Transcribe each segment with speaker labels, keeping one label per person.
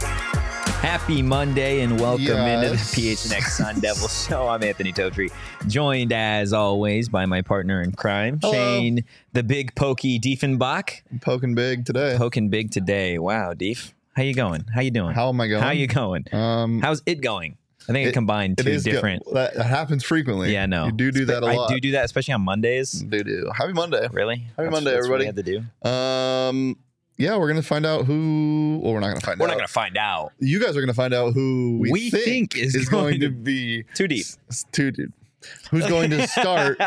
Speaker 1: Happy Monday and welcome into the
Speaker 2: Yes.
Speaker 1: PHNX Sun Devil Show. I'm Anthony Totri, joined as always by my partner in crime,
Speaker 2: Hello.
Speaker 1: Shane, the big pokey Diefenbach.
Speaker 2: poking big today.
Speaker 1: Poking big today. Wow, Deef. How you going? How you doing?
Speaker 2: How am I going?
Speaker 1: How you going?
Speaker 2: Um,
Speaker 1: How's it going? I think it,
Speaker 2: it-
Speaker 1: combined
Speaker 2: it
Speaker 1: two
Speaker 2: is go-
Speaker 1: different.
Speaker 2: that, that happens frequently.
Speaker 1: yeah, no.
Speaker 2: you do do that a lot.
Speaker 1: I do do that, especially on Mondays.
Speaker 2: do do. Happy Monday.
Speaker 1: Really?
Speaker 2: Monday,
Speaker 1: that's what we
Speaker 2: everybody.
Speaker 1: had to do.
Speaker 2: Um, yeah, we're gonna find out who. Well, we're not gonna find
Speaker 1: We're
Speaker 2: out.
Speaker 1: not gonna find out.
Speaker 2: you guys are gonna find out who we,
Speaker 1: We think is going
Speaker 2: going,
Speaker 1: to-
Speaker 2: to be
Speaker 1: Too deep.
Speaker 2: s- two dude. Who's going to start?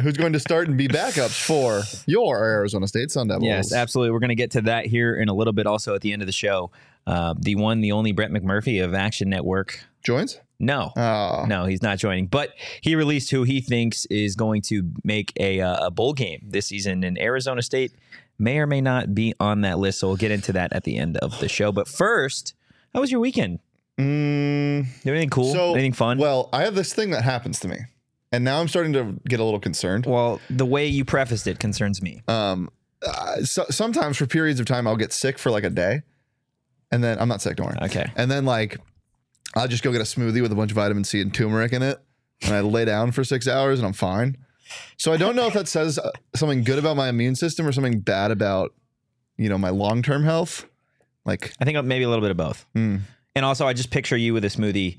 Speaker 2: who's going to start and be backups for your Arizona State Sun Devils?
Speaker 1: Yes, absolutely. We're going to get to that here in a little bit. Also, at the end of the show, uh, the one, the only Brett McMurphy of Action Network.
Speaker 2: Joins.
Speaker 1: No,
Speaker 2: Oh,
Speaker 1: no, he's not joining. But he released who he thinks is going to make a, uh, a bowl game this season in Arizona State. May or may not be on that list. So we'll get into that at the end of the show. But first, how was your weekend?
Speaker 2: Mm,
Speaker 1: Did anything cool? anything fun?
Speaker 2: Well, I have this thing that happens to me, and now I'm starting to get a little concerned.
Speaker 1: well, the way you prefaced it concerns me.
Speaker 2: um uh, so, sometimes for periods of time i'll get sick for like a day and then i'm not sick don't worry
Speaker 1: Okay.
Speaker 2: and then like i'll just go get a smoothie with a bunch of vitamin c and turmeric in it and i lay down for six hours and i'm fine so i don't know if that says uh, something good about my immune system or something bad about you know my long-term health like
Speaker 1: I think maybe a little bit of both.
Speaker 2: mm,
Speaker 1: And also, I just picture you with a smoothie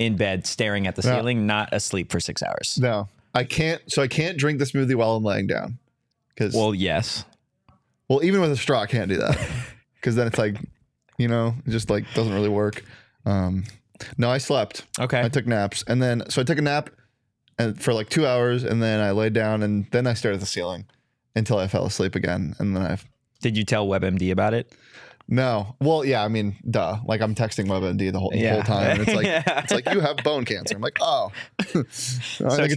Speaker 1: in bed, staring at the
Speaker 2: Yeah.
Speaker 1: ceiling, not asleep for six hours.
Speaker 2: no i can't so i can't drink the smoothie while i'm laying down because well,
Speaker 1: Well, yes.
Speaker 2: even with a straw i can't do that because then it's like you know it just like doesn't really work um no i slept
Speaker 1: Okay.
Speaker 2: I took naps, and then so I took a nap, and for like two hours, and then I laid down, and then I stared at the ceiling until I fell asleep again, and then I
Speaker 1: Did you tell WebMD about it?
Speaker 2: no, well, yeah, I mean, duh, like I'm texting WebMD the whole, the
Speaker 1: Yeah.
Speaker 2: whole time, and it's like
Speaker 1: Yeah.
Speaker 2: it's like you have bone cancer. I'm like, oh, I, think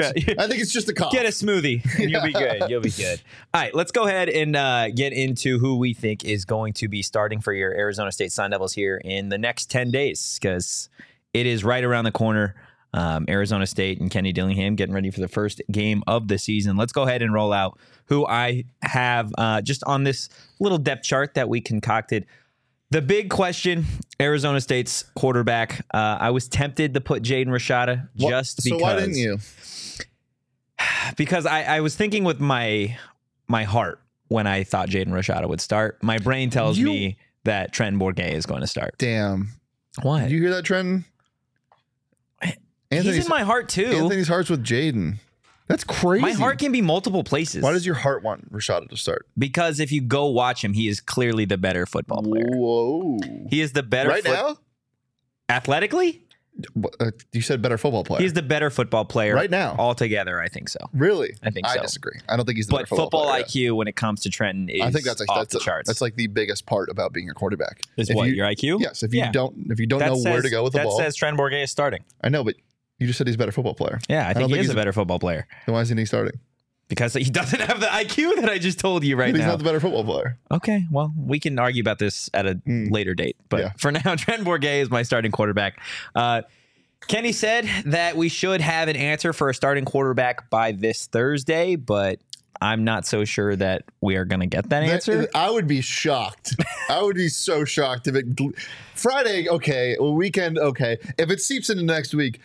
Speaker 1: try-
Speaker 2: it's, I think it's just a cough.
Speaker 1: Get a smoothie. And you'll be good. You'll be good. All right, let's go ahead and uh, get into who we think is going to be starting for your Arizona State Sun Devils here in the next 10 days because it is right around the corner. Um, Arizona State and Kenny Dillingham getting ready for the first game of the season. Let's go ahead and roll out who I have uh, just on this little depth chart that we concocted. The big question Arizona State's quarterback. Uh, I was tempted to put Jaden Rashada
Speaker 2: Wha-
Speaker 1: just
Speaker 2: so
Speaker 1: because
Speaker 2: why didn't you?
Speaker 1: because I, I was thinking with my my heart when I thought Jaden Rashada would start. My brain tells
Speaker 2: You-
Speaker 1: me that Trenton Bourget is going to start.
Speaker 2: Damn,
Speaker 1: What?
Speaker 2: Did you hear that, Trenton?
Speaker 1: He's
Speaker 2: Anthony's,
Speaker 1: in my heart too.
Speaker 2: Anthony's heart's with Jaden. That's crazy.
Speaker 1: my heart can be multiple places.
Speaker 2: Why does your heart want Rashada to start?
Speaker 1: because if you go watch him, he is clearly the better football player.
Speaker 2: Whoa!
Speaker 1: He is the better
Speaker 2: Right
Speaker 1: foot-
Speaker 2: now.
Speaker 1: athletically.
Speaker 2: What, uh, you said better football player.
Speaker 1: He's the better football player
Speaker 2: Right now.
Speaker 1: Altogether, I think so.
Speaker 2: really?
Speaker 1: I think
Speaker 2: I
Speaker 1: so.
Speaker 2: disagree. I don't think he's the
Speaker 1: But
Speaker 2: better football,
Speaker 1: football,
Speaker 2: player, yeah.
Speaker 1: IQ when it comes to Trenton is
Speaker 2: I think that's like
Speaker 1: off
Speaker 2: that's
Speaker 1: the
Speaker 2: a-
Speaker 1: charts.
Speaker 2: That's like the biggest part about being a quarterback.
Speaker 1: is
Speaker 2: if
Speaker 1: what
Speaker 2: you-
Speaker 1: your IQ?
Speaker 2: Yes, if you
Speaker 1: Yeah.
Speaker 2: don't if you don't
Speaker 1: That
Speaker 2: know where
Speaker 1: says-
Speaker 2: to go with the
Speaker 1: that
Speaker 2: ball,
Speaker 1: says Trenton Bourget is starting.
Speaker 2: I know, but you just said he's a better football player.
Speaker 1: Yeah, I
Speaker 2: don't
Speaker 1: think he
Speaker 2: think
Speaker 1: is
Speaker 2: he's
Speaker 1: a
Speaker 2: a-
Speaker 1: better football player.
Speaker 2: Then why isn't he starting?
Speaker 1: because he doesn't have the IQ that I just told you right
Speaker 2: But he's
Speaker 1: now.
Speaker 2: not the better football player.
Speaker 1: okay, well, we can argue about this at a
Speaker 2: Mm.
Speaker 1: later date, but
Speaker 2: Yeah.
Speaker 1: for now, Trent Bourget is my starting quarterback. Uh, Kenny said that we should have an answer for a starting quarterback by this Thursday, but I'm not so sure that we are going to get that answer.
Speaker 2: That- I would be shocked. I would be so shocked if it gl- Friday, okay, well, weekend, okay. If it seeps into next week,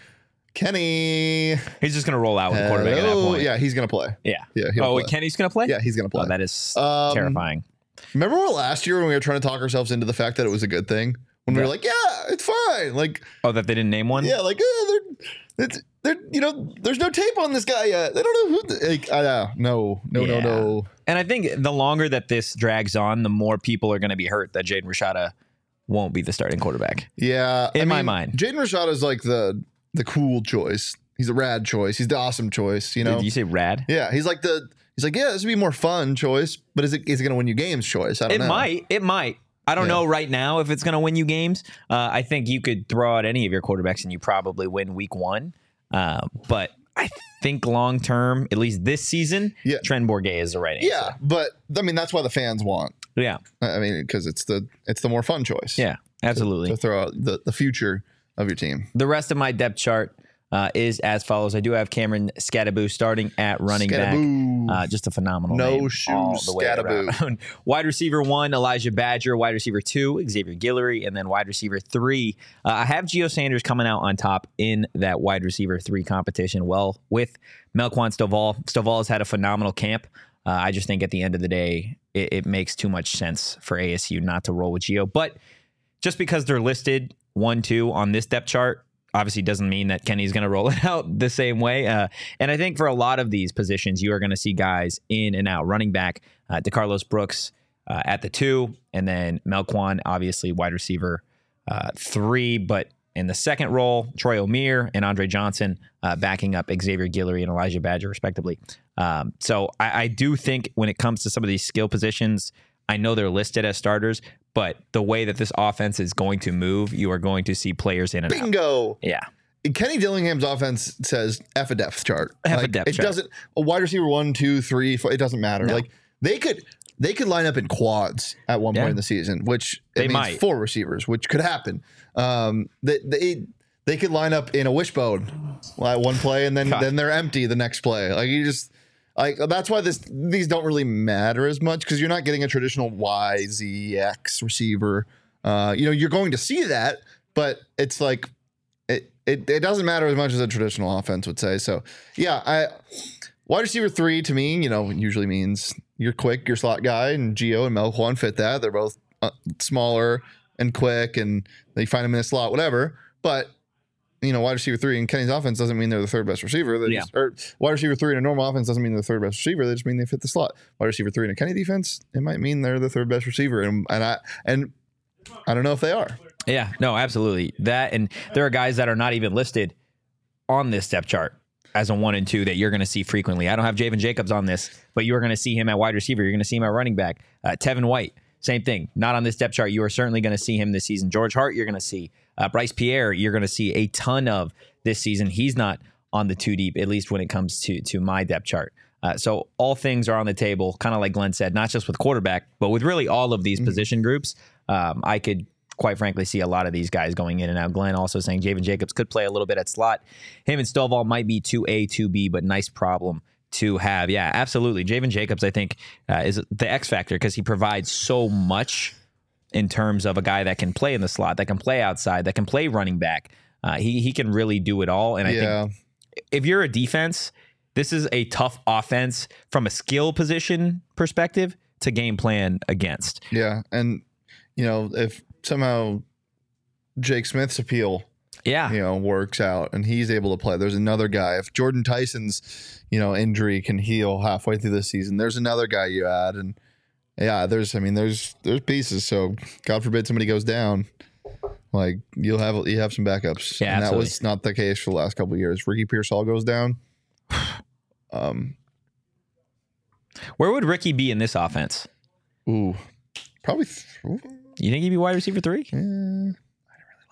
Speaker 2: Kenny.
Speaker 1: He's just going to roll out with the quarterback at that
Speaker 2: Hello.
Speaker 1: point.
Speaker 2: Yeah, he's gonna play.
Speaker 1: Yeah.
Speaker 2: Yeah, he'll
Speaker 1: Oh,
Speaker 2: play.
Speaker 1: wait, Kenny's going to play?
Speaker 2: Yeah, he's gonna play.
Speaker 1: Oh, that is
Speaker 2: Um,
Speaker 1: terrifying.
Speaker 2: Remember when last year when we were trying to talk ourselves into the fact that it was a good thing? When we were
Speaker 1: Yeah.
Speaker 2: like, yeah, it's fine. Like,
Speaker 1: Oh, that they didn't name one?
Speaker 2: yeah, like, eh, they're, it's, they're, you know, there's no tape on this guy yet. They don't know who, th- like, I uh, no, no,
Speaker 1: Yeah.
Speaker 2: no, no.
Speaker 1: And I think the longer that this drags on, the more people are going to be hurt that Jaden Rashada won't be the starting quarterback.
Speaker 2: Yeah,
Speaker 1: In my mind.
Speaker 2: Jaden Rashad is like the the cool choice. He's the rad choice. He's the awesome choice. You know.
Speaker 1: Did you say rad?
Speaker 2: yeah, he's like the he's like yeah, this would be more fun choice, but is it is it going to win you games choice? I don't
Speaker 1: It
Speaker 2: know.
Speaker 1: might. It might. I don't
Speaker 2: Yeah.
Speaker 1: know right now if it's going to win you games. Uh, I think you could throw out any of your quarterbacks and you probably win week one. Uh, but I think long term, at least this season,
Speaker 2: Yeah.
Speaker 1: Trent Bourget is the right answer.
Speaker 2: Yeah, but I mean that's why the fans want.
Speaker 1: Yeah.
Speaker 2: I I mean because it's the it's the more fun choice.
Speaker 1: Yeah. Absolutely.
Speaker 2: to throw out the the future of your team.
Speaker 1: The rest of my depth chart uh, is as follows. I do have Cameron Scataboo starting at running
Speaker 2: Scadaboo.
Speaker 1: back. Uh, just a phenomenal
Speaker 2: No
Speaker 1: name
Speaker 2: shoes,
Speaker 1: all the way
Speaker 2: Scadaboo.
Speaker 1: around. wide receiver one, Elijah Badger. Wide receiver two, Xavier Guillory, and then wide receiver three. Uh, I have Geo Sanders coming out on top in that wide receiver three competition. Well, with Melquan Stovall, Stovall has had a phenomenal camp. Uh, I just think at the end of the day, it, it makes too much sense for ASU not to roll with Geo, but just because they're listed one, two on this depth chart, obviously doesn't mean that Kenny's going to roll it out the same way. Uh, and I think for a lot of these positions, you are going to see guys in and out. Running back, uh, DeCarlos Brooks uh, at the two, and then Melquan, obviously wide receiver uh, three, but in the second role, Troy O'Meara and Andre Johnson uh, backing up Xavier Guillory and Elijah Badger, respectively. Um, so I, I do think when it comes to some of these skill positions, I know they're listed as starters, but the way that this offense is going to move, you are going to see players in and out.
Speaker 2: Bingo.
Speaker 1: Yeah.
Speaker 2: Kenny Dillingham's offense says F a depth chart.
Speaker 1: F a
Speaker 2: Like,
Speaker 1: depth
Speaker 2: it
Speaker 1: chart.
Speaker 2: doesn't a wide receiver one, two, three, four, it doesn't matter.
Speaker 1: No.
Speaker 2: Like they could they could line up in quads at one
Speaker 1: Yeah.
Speaker 2: point in the season, which it
Speaker 1: They
Speaker 2: means
Speaker 1: might.
Speaker 2: four receivers, which could happen. Um they they they could line up in a wishbone at one play and then
Speaker 1: God.
Speaker 2: then they're empty the next play. Like you just like that's why this these don't really matter as much because you're not getting a traditional Y Z X receiver. Uh, you know, you're going to see that, but it's like it, it it doesn't matter as much as a traditional offense would say. So yeah, I wide receiver three to me, you know, usually means you're quick, your slot guy, and Geo and Melquan fit that. They're both uh, smaller and quick, and they find them in a slot, whatever. But you know, wide receiver three in Kenny's offense doesn't mean they're the third best receiver. They
Speaker 1: Yeah.
Speaker 2: just, or wide receiver three in a normal offense doesn't mean they're the third best receiver. They just mean they fit the slot. Wide receiver three in a Kenny defense, it might mean they're the third best receiver, and and I and I don't know if they are.
Speaker 1: Yeah, no, absolutely. That and there are guys that are not even listed on this depth chart as a one and two that you're going to see frequently. I don't have Javen Jacobs on this, but you are going to see him at wide receiver. You're going to see him at running back. Uh, Tevin White, same thing. Not on this depth chart. You are certainly going to see him this season. George Hart, you're going to see. Uh, Bryce Pierre, you're going to see a ton of this season. He's not on the two deep, at least when it comes to to my depth chart. Uh, so all things are on the table, kind of like Glenn said, not just with quarterback, but with really all of these position groups. Um, I could quite frankly see a lot of these guys going in and out. Glenn also saying Javen Jacobs could play a little bit at slot. Him and Stovall might be 2A, 2B, but nice problem to have. Yeah, absolutely. Javen Jacobs, I think, uh, is the X factor because he provides so much in terms of a guy that can play in the slot, that can play outside, that can play running back. Uh, he, he can really do it all. And I think
Speaker 2: yeah,
Speaker 1: if you're a defense, this is a tough offense from a skill position perspective to game plan against.
Speaker 2: yeah, and you know if somehow Jake Smith's appeal
Speaker 1: Yeah.
Speaker 2: you know works out and he's able to play there's another guy if jordan tyson's you know injury can heal halfway through the season there's another guy you add and yeah there's i mean there's there's pieces so god forbid somebody goes down like you'll have you have some backups
Speaker 1: Yeah,
Speaker 2: and that was not the case for the last couple of years ricky pearsall goes down um
Speaker 1: Where would Ricky be in this offense?
Speaker 2: ooh probably th- ooh,
Speaker 1: You think he'd be wide receiver three?
Speaker 2: eh, i didn't really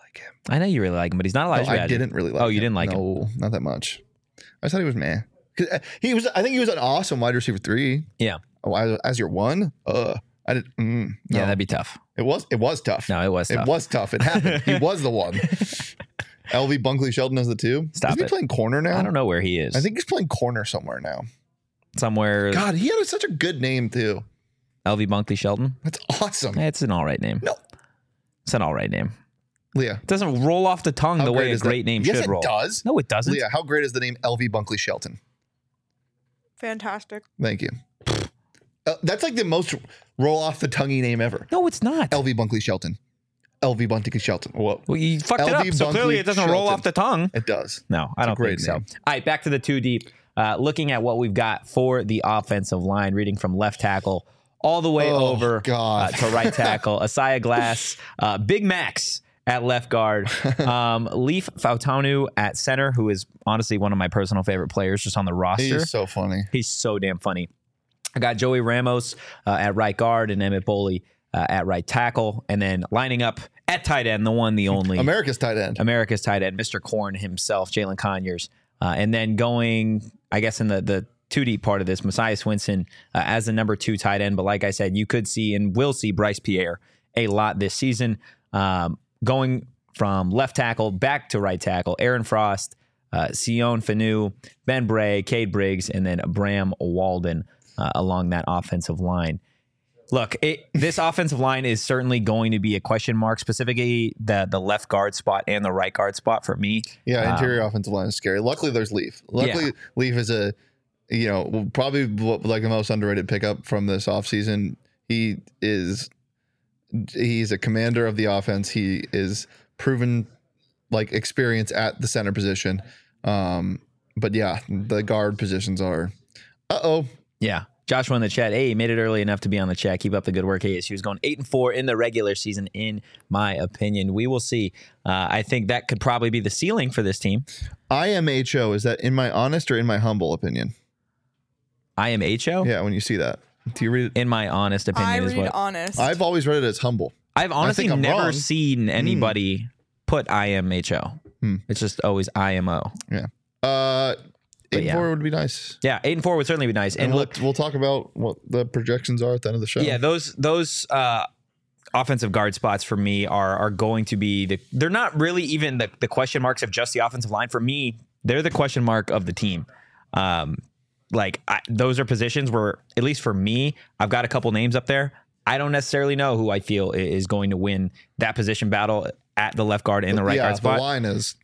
Speaker 2: like him
Speaker 1: I know you really like him, but he's not
Speaker 2: No,
Speaker 1: Elijah.
Speaker 2: I
Speaker 1: Badger.
Speaker 2: didn't really like.
Speaker 1: Oh, you didn't like him.
Speaker 2: no, not that much. I just thought he was meh. 'Cause, uh, He was. I think he was an awesome wide receiver three.
Speaker 1: Yeah.
Speaker 2: Oh, as, as your one. Uh, I didn't. Mm,
Speaker 1: Yeah,
Speaker 2: no.
Speaker 1: that'd be tough.
Speaker 2: it was. It was tough.
Speaker 1: No, it was
Speaker 2: it
Speaker 1: tough.
Speaker 2: was tough. It happened. he was the one. LV Bunkley Sheldon is the two.
Speaker 1: Stop
Speaker 2: Isn't
Speaker 1: it.
Speaker 2: he playing corner now?
Speaker 1: I don't know where he is.
Speaker 2: I think he's playing corner somewhere now.
Speaker 1: somewhere
Speaker 2: God, he had such a good name too.
Speaker 1: LV Bunkley Shelton.
Speaker 2: That's awesome.
Speaker 1: Eh, It's an all right name.
Speaker 2: No.
Speaker 1: It's an all right name.
Speaker 2: Leah,
Speaker 1: It doesn't roll off the tongue
Speaker 2: how
Speaker 1: the way
Speaker 2: great
Speaker 1: a
Speaker 2: is that?
Speaker 1: great name
Speaker 2: yes,
Speaker 1: should
Speaker 2: it
Speaker 1: roll.
Speaker 2: does.
Speaker 1: No, it doesn't.
Speaker 2: Leah, how great is the name LV Bunkley Shelton?
Speaker 3: Fantastic.
Speaker 2: Thank you. Uh, that's like the most roll off the tonguey name ever.
Speaker 1: No, it's not.
Speaker 2: LV Bunkley Shelton. LV Bunkley Shelton. Whoa.
Speaker 1: well, you fucked it
Speaker 2: LV
Speaker 1: up. So clearly
Speaker 2: Bunkley
Speaker 1: it doesn't roll
Speaker 2: Shelton.
Speaker 1: off the tongue.
Speaker 2: It does.
Speaker 1: No, I
Speaker 2: It's a
Speaker 1: don't
Speaker 2: great
Speaker 1: think so.
Speaker 2: name.
Speaker 1: All right, back to the two deep. Uh, looking at what we've got for the offensive line, reading from left tackle all the way
Speaker 2: Oh,
Speaker 1: over uh,
Speaker 2: God.
Speaker 1: to right tackle. Asaya Glass, uh, Big Max at left guard, um, Leaf Fautanu at center, who is honestly one of my personal favorite players just on the roster.
Speaker 2: He's so funny.
Speaker 1: He's so damn funny. I got Joey Ramos uh, at right guard and Emmett Boley uh, at right tackle, and then lining up at tight end, the one, the only
Speaker 2: America's tight end.
Speaker 1: America's tight end, Mr. Corn himself, Jalen Conyers, uh, and then going, I guess, in the the two deep part of this, Messiah Swinson uh, as the number two tight end. But like I said, you could see and will see Bryce Pierre a lot this season, um, going from left tackle back to right tackle. Aaron Frost, uh, Sion Fanu, Ben Bray, Cade Briggs, and then Bram Walden uh, along that offensive line. Look, it, this offensive line is certainly going to be a question mark, specifically the the left guard spot and the right guard spot for me.
Speaker 2: Yeah, interior offensive line is scary. Luckily, there's Leaf. Luckily, Leaf is a, you know, probably w- like the most underrated pickup from this offseason. He is, he's a commander of the offense. He is proven, like, experience at the center position. Um, but yeah, the guard positions are, uh oh,
Speaker 1: Yeah. Joshua in the chat. Hey, you made it early enough to be on the chat. Keep up the good work. ASU is going eight and four in the regular season, in my opinion. We will see. Uh, I think that could probably be the ceiling for this team.
Speaker 2: IMHO. Is that in my honest or in my humble opinion?
Speaker 1: I am HO.
Speaker 2: Yeah, when you see that, do you read it?
Speaker 1: In my honest opinion,
Speaker 3: I
Speaker 1: is
Speaker 3: read
Speaker 1: what
Speaker 3: honest.
Speaker 2: I've always read it as humble.
Speaker 1: I've honestly
Speaker 2: I'm
Speaker 1: never
Speaker 2: wrong.
Speaker 1: seen anybody put I am HO.
Speaker 2: Hmm.
Speaker 1: It's just always IMO.
Speaker 2: Uh,
Speaker 1: But
Speaker 2: eight
Speaker 1: yeah.
Speaker 2: four would be nice.
Speaker 1: Yeah, eight and four would certainly be nice.
Speaker 2: And,
Speaker 1: And
Speaker 2: we'll,
Speaker 1: look,
Speaker 2: we'll talk about what the projections are at the end of the show.
Speaker 1: Yeah, those those uh, offensive guard spots for me are are going to be the they're not really even the, the question marks of just the offensive line. For me, they're the question mark of the team. Um, like I, those are positions where, at least for me, I've got a couple names up there. I don't necessarily know who I feel i- is going to win that position battle at the left guard and the right
Speaker 2: yeah,
Speaker 1: guard spot
Speaker 2: The line is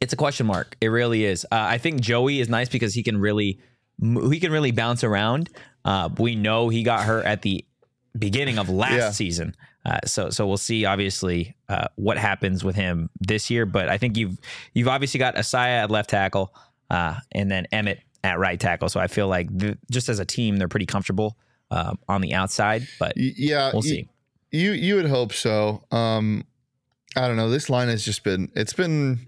Speaker 1: it's a question mark. It really is. Uh, I think Joey is nice because he can really mo- he can really bounce around. Uh, we know he got hurt at the beginning of last
Speaker 2: Yeah.
Speaker 1: season, uh, so so we'll see obviously uh, what happens with him this year. But I think you've you've obviously got Asaya at left tackle uh, and then Emmett at right tackle. So I feel like th- just as a team, they're pretty comfortable um, on the outside. But
Speaker 2: y- yeah.
Speaker 1: we'll
Speaker 2: y-
Speaker 1: see.
Speaker 2: You you would hope so. Um, I don't know. This line has just been it's been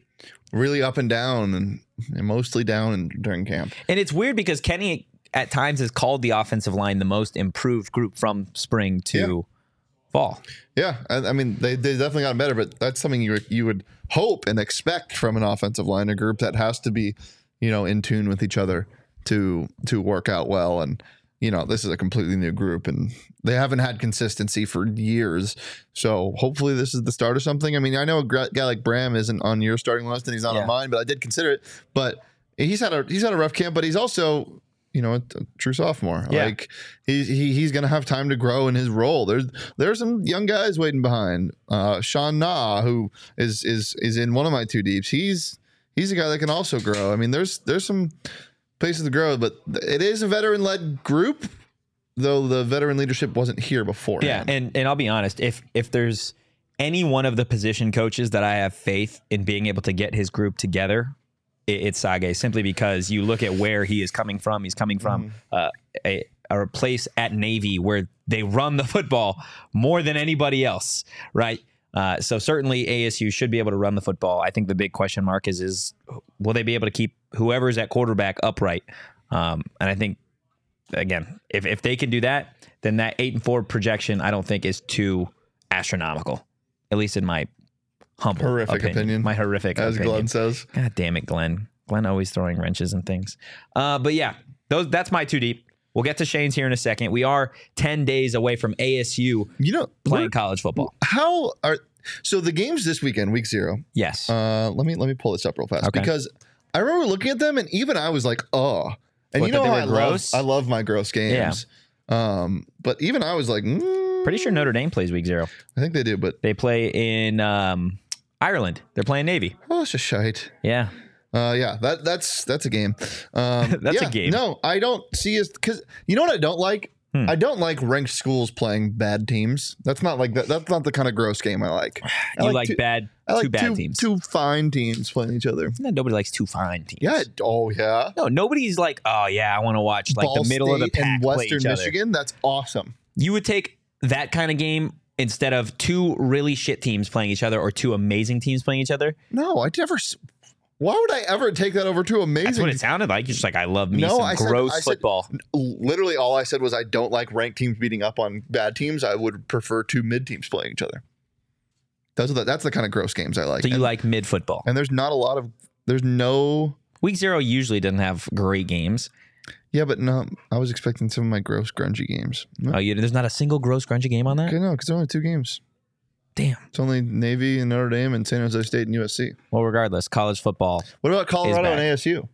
Speaker 2: really up and down and, and mostly down and during camp.
Speaker 1: And it's weird because Kenny at times has called the offensive line the most improved group from spring to fall.
Speaker 2: Yeah, I, I mean they they definitely got better, but that's something you you would hope and expect from an offensive line, a group that has to be you know in tune with each other to to work out well and. You know, this is a completely new group and they haven't had consistency for years. So hopefully this is the start of something. I mean, I know a gra- guy like Bram isn't on your starting list and he's not
Speaker 1: Yeah.
Speaker 2: on mine, but I did consider it. But he's had a he's had a rough camp, but he's also you know a, a true sophomore.
Speaker 1: Yeah.
Speaker 2: Like he's he, he's gonna have time to grow in his role. There's there's some young guys waiting behind. Uh, Sean Na, who is is is in one of my two deeps. He's he's a guy that can also grow. I mean, there's there's some places to grow, but it is a veteran led group. Though the veteran leadership wasn't here before.
Speaker 1: Yeah, and and I'll be honest, if if there's any one of the position coaches that I have faith in being able to get his group together, it, it's Sage simply because you look at where he is coming from. He's coming from uh, a a place at Navy where they run the football more than anybody else, right? Uh, so certainly ASU should be able to run the football. I think the big question mark is is will they be able to keep whoever's at quarterback upright? Um, and I think again, if, if they can do that, then that eight and four projection I don't think is too astronomical, at least in my humble
Speaker 2: Horrific opinion.
Speaker 1: My horrific
Speaker 2: as
Speaker 1: opinion.
Speaker 2: Glenn says.
Speaker 1: God damn it, Glenn. Glenn always throwing wrenches and things. Uh, but yeah, those that's my two deep. We'll get to Shane's here in a second. We are ten days away from ASU
Speaker 2: You know,
Speaker 1: playing college football.
Speaker 2: how are so the games this weekend, week zero?
Speaker 1: Yes.
Speaker 2: Uh, let me let me pull this up real fast
Speaker 1: Okay.
Speaker 2: because I remember looking at them and even I was like, oh. And
Speaker 1: What,
Speaker 2: you
Speaker 1: that
Speaker 2: know
Speaker 1: they
Speaker 2: how
Speaker 1: were
Speaker 2: I
Speaker 1: gross?
Speaker 2: love I love my gross games. Um, but even I was like, mm,
Speaker 1: Pretty sure Notre Dame plays week zero.
Speaker 2: I think they do, but
Speaker 1: They play in um, Ireland. They're playing Navy.
Speaker 2: oh, it's just shite.
Speaker 1: Yeah.
Speaker 2: Uh, yeah, that that's that's a game. Um,
Speaker 1: That's a
Speaker 2: yeah,
Speaker 1: game.
Speaker 2: No, I don't see us because you know what I don't like.
Speaker 1: Hmm.
Speaker 2: I don't like ranked schools playing bad teams. That's not like that. That's not the kind of gross game I like. I
Speaker 1: You like,
Speaker 2: two-
Speaker 1: bad
Speaker 2: I like
Speaker 1: two bad
Speaker 2: two,
Speaker 1: teams.
Speaker 2: two fine teams playing each other.
Speaker 1: No, nobody likes two fine teams.
Speaker 2: Yeah. Oh yeah.
Speaker 1: No, nobody's like, oh yeah, I want to watch like
Speaker 2: Ball
Speaker 1: the middle of the
Speaker 2: State
Speaker 1: pack
Speaker 2: and
Speaker 1: play
Speaker 2: Western
Speaker 1: each other.
Speaker 2: Michigan. That's awesome.
Speaker 1: you would take that kind of game instead of two really shit teams playing each other or two amazing teams playing each other.
Speaker 2: No, I never. s- Why would I ever take that over to amazing?
Speaker 1: That's what it sounded like. You're just like, I love me
Speaker 2: No,
Speaker 1: some
Speaker 2: I said-
Speaker 1: gross
Speaker 2: I said-
Speaker 1: football.
Speaker 2: Literally, all I said was I don't like ranked teams beating up on bad teams. I would prefer two mid teams playing each other. Those are the, that's the kind of gross games I like.
Speaker 1: so you
Speaker 2: and,
Speaker 1: like mid football.
Speaker 2: and there's not a lot of there's no
Speaker 1: Week zero usually doesn't have great games.
Speaker 2: yeah, but no. I was expecting some of my gross grungy games. No,
Speaker 1: Oh, you, there's not a single gross grungy game on that.
Speaker 2: okay, no, because only two games.
Speaker 1: Damn.
Speaker 2: It's only Navy and Notre Dame and San Jose State and USC.
Speaker 1: Well, regardless, college football.
Speaker 2: What about Colorado
Speaker 1: back.
Speaker 2: and ASU?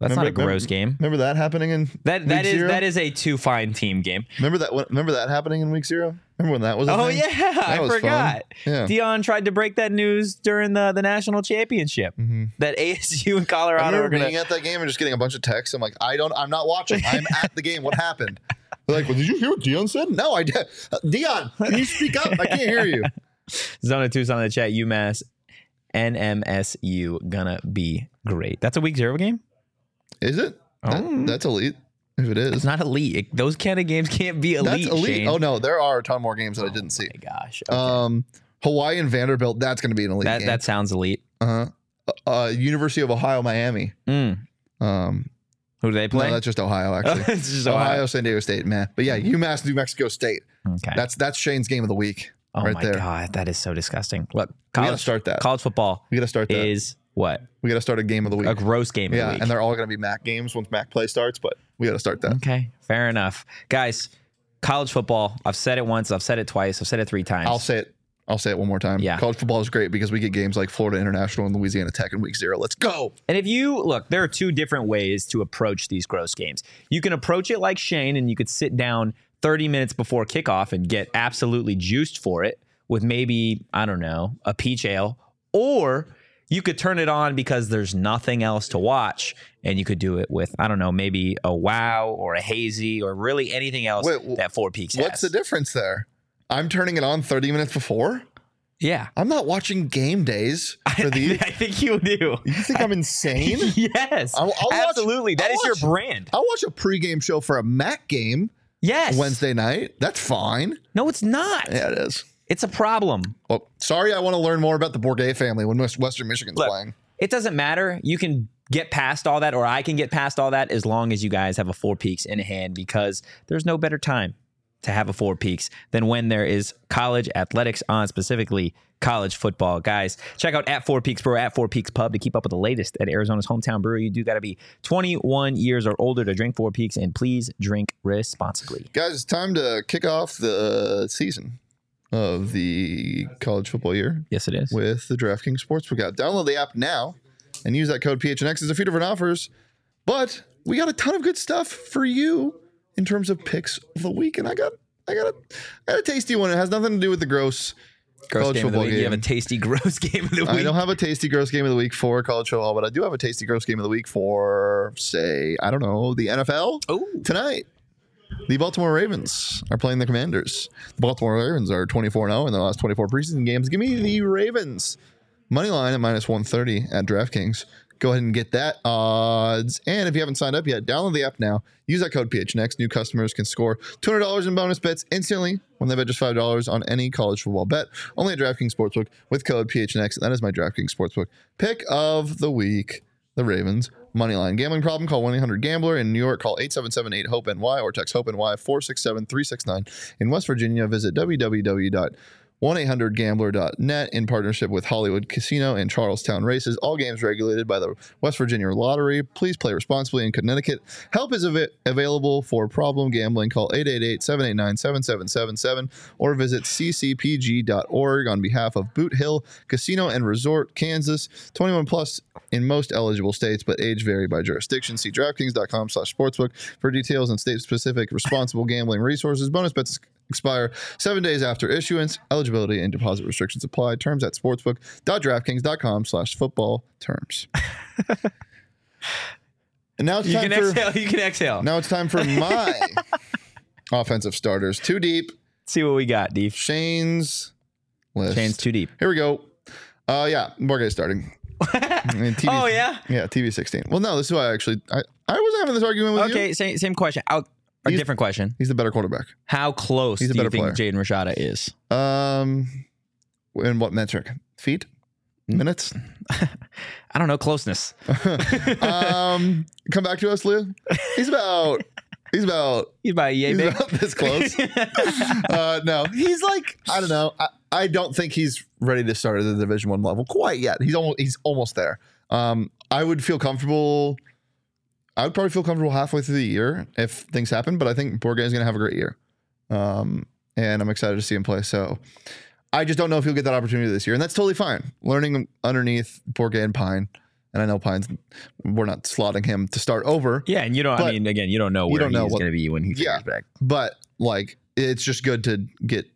Speaker 1: That's
Speaker 2: Remember-
Speaker 1: not a gross
Speaker 2: remember-
Speaker 1: game.
Speaker 2: Remember that happening in
Speaker 1: That that
Speaker 2: Week
Speaker 1: is
Speaker 2: zero?
Speaker 1: that is a two fine team game.
Speaker 2: remember that when- remember that happening in week zero. Remember when that was? a
Speaker 1: Oh
Speaker 2: thing?
Speaker 1: yeah, I
Speaker 2: was fun.
Speaker 1: forgot.
Speaker 2: yeah.
Speaker 1: Dion tried to break that news during the, the national championship
Speaker 2: Mhm.
Speaker 1: that ASU and
Speaker 2: I
Speaker 1: Colorado
Speaker 2: remember
Speaker 1: are gonna.
Speaker 2: being at that game and just getting a bunch of texts. I'm like, I don't, I'm not watching. I'm at the game. What happened? They're like, well, did you hear what Dion said? No, I did. Uh, Dion, can you speak up? I can't hear you.
Speaker 1: Zona two's on the chat. UMass, NMSU, gonna be great. That's a week zero game.
Speaker 2: Is it? That-
Speaker 1: Oh.
Speaker 2: that's elite. If it is,
Speaker 1: It's not elite. It- those kind of games can't be elite.
Speaker 2: that's elite.
Speaker 1: Shane.
Speaker 2: Oh no, there are a ton more games that I didn't see.
Speaker 1: my gosh. Okay.
Speaker 2: Um, Hawaii and Vanderbilt. That's going to be an elite
Speaker 1: that
Speaker 2: game.
Speaker 1: that sounds elite.
Speaker 2: uh-huh. uh, University of Ohio, Miami.
Speaker 1: Mm.
Speaker 2: Um,
Speaker 1: Who do they play?
Speaker 2: no, that's just Ohio actually.
Speaker 1: it's just
Speaker 2: Ohio,
Speaker 1: Ohio. Mm-hmm.
Speaker 2: San Diego State, man. But yeah, UMass, New Mexico State.
Speaker 1: Okay.
Speaker 2: That's that's Shane's game of the week.
Speaker 1: oh
Speaker 2: right
Speaker 1: my
Speaker 2: there.
Speaker 1: god, that is so disgusting. Look,
Speaker 2: we gotta
Speaker 1: college
Speaker 2: start that.
Speaker 1: college football
Speaker 2: we gotta start that.
Speaker 1: is what
Speaker 2: we gotta start a game of the week.
Speaker 1: a gross game.
Speaker 2: yeah,
Speaker 1: of the week.
Speaker 2: and they're all gonna be Mac games once Mac play starts, but we gotta start that.
Speaker 1: Okay, fair enough, guys. College football. I've said it once. I've said it twice. I've said it three times.
Speaker 2: I'll say it. I'll say it one more time.
Speaker 1: Yeah.
Speaker 2: College football is great because we get games like Florida International and Louisiana Tech in week zero. Let's go.
Speaker 1: and if you look, there are two different ways to approach these gross games. You can approach it like Shane, and you could sit down 30 minutes before kickoff and get absolutely juiced for it with maybe I don't know a peach ale, or you could turn it on because there's nothing else to watch, and you could do it with I don't know maybe a wow or a hazy or really anything else
Speaker 2: Wait, wh-
Speaker 1: that Four Peaks
Speaker 2: What's the
Speaker 1: has.
Speaker 2: difference there? I'm turning it on 30 minutes before.
Speaker 1: yeah,
Speaker 2: I'm not watching game days for these.
Speaker 1: I think you do.
Speaker 2: you think I'm insane?
Speaker 1: yes.
Speaker 2: I'll- I'll watch-
Speaker 1: absolutely. That
Speaker 2: I'll
Speaker 1: is
Speaker 2: watch-
Speaker 1: your brand.
Speaker 2: I'll watch a pregame show for a Mac game
Speaker 1: Yes.
Speaker 2: Wednesday night. That's fine.
Speaker 1: No, it's not.
Speaker 2: Yeah, it is.
Speaker 1: It's a problem.
Speaker 2: Well, sorry, I want to learn more about the Bourget family when West- Western Michigan's
Speaker 1: Look,
Speaker 2: playing.
Speaker 1: It doesn't matter. You can get past all that, or I can get past all that as long as you guys have a four peaks in hand because there's no better time to have a four peaks than when there is college athletics on, specifically college football. Guys, check out at Four Peaks Brew, at Four Peaks Pub to keep up with the latest at Arizona's hometown brewery. You do got to be 21 years or older to drink Four Peaks, and please drink responsibly.
Speaker 2: Guys, it's time to kick off the uh, season of the college football year
Speaker 1: Yes, it is.
Speaker 2: with the DraftKings Sportsbook app. Download the app now and use that code PHNX. There's a few different offers, but we got a ton of good stuff for you in terms of picks of the week. And I got, I got, a, I got a tasty one. It has nothing to do with the gross.
Speaker 1: gross
Speaker 2: College
Speaker 1: game of the
Speaker 2: football
Speaker 1: week. You have a
Speaker 2: game.
Speaker 1: tasty gross game of the week.
Speaker 2: I don't have a tasty gross game of the week for college football, but I do have a tasty gross game of the week for, say, I don't know, the NFL.
Speaker 1: Oh,
Speaker 2: tonight. The Baltimore Ravens are playing the Commanders. The Baltimore Ravens are 24 0 in their last 24 preseason games. Give me the Ravens. Money line at minus 130 at DraftKings. Go ahead and get that odds. And if you haven't signed up yet, download the app now. Use that code PHNX. New customers can score $200 in bonus bets instantly when they bet just $5 on any college football bet. Only at DraftKings Sportsbook with code PHNX. That is my DraftKings Sportsbook pick of the week the Ravens. Moneyline gambling problem, call 1 800 Gambler. In New York, call 877 8 HOPE NY E or text HOPE NY 467 369. In West Virginia, visit www.1800gambler.net in partnership with Hollywood Casino and Charlestown Races. All games regulated by the West Virginia Lottery. Please play responsibly in Connecticut. Help is av- available for problem gambling. Call 888 789 7777 or visit ccpg.org on behalf of Boot Hill Casino and Resort, Kansas. 21 plus in most eligible states, but age vary by jurisdiction. See DraftKings.com slash sportsbook for details on state-specific responsible gambling resources. Bonus bets expire seven days after issuance. Eligibility and deposit restrictions apply. Terms at sportsbook.draftkings.com slash football terms. and now it's
Speaker 1: you
Speaker 2: time
Speaker 1: can
Speaker 2: for...
Speaker 1: exhale. You can exhale.
Speaker 2: Now it's time for my offensive starters. Too deep.
Speaker 1: See what we got, Deep.
Speaker 2: Shane's list.
Speaker 1: Chains too deep.
Speaker 2: Here we go. Uh, yeah, Borges starting. I mean, TV,
Speaker 1: Oh yeah.
Speaker 2: yeah, TV sixteen. Well, no, this is why I actually I, I was having this argument with you.
Speaker 1: Okay. Same same question. I'll, A
Speaker 2: He's-
Speaker 1: different question.
Speaker 2: He's the better quarterback.
Speaker 1: How close do
Speaker 2: He's a
Speaker 1: you
Speaker 2: better
Speaker 1: think Jaden Rashada is?
Speaker 2: Um, in what metric? Feet,
Speaker 1: Hmm.
Speaker 2: minutes.
Speaker 1: I don't know. Closeness.
Speaker 2: um, come back to us, Leah. He's about. He's about.
Speaker 1: He's about yay
Speaker 2: he's
Speaker 1: big.
Speaker 2: about this close. uh, no, he's like I don't know. I, I don't think he's ready to start at the Division One level quite yet. He's almost he's almost there. Um, I would feel comfortable. I would probably feel comfortable halfway through the year if things happen. But I think Borgay is going to have a great year, um, and I'm excited to see him play. So I just don't know if he'll get that opportunity this year, and that's totally fine. Learning underneath Borgay and Pine, and I know Pine's. We're not slotting him to start over.
Speaker 1: yeah, and you don't. I
Speaker 2: But
Speaker 1: mean, again, you don't know
Speaker 2: you
Speaker 1: where
Speaker 2: don't know
Speaker 1: he's
Speaker 2: what-
Speaker 1: going to be when he comes
Speaker 2: Yeah.
Speaker 1: back.
Speaker 2: but like it's just good to get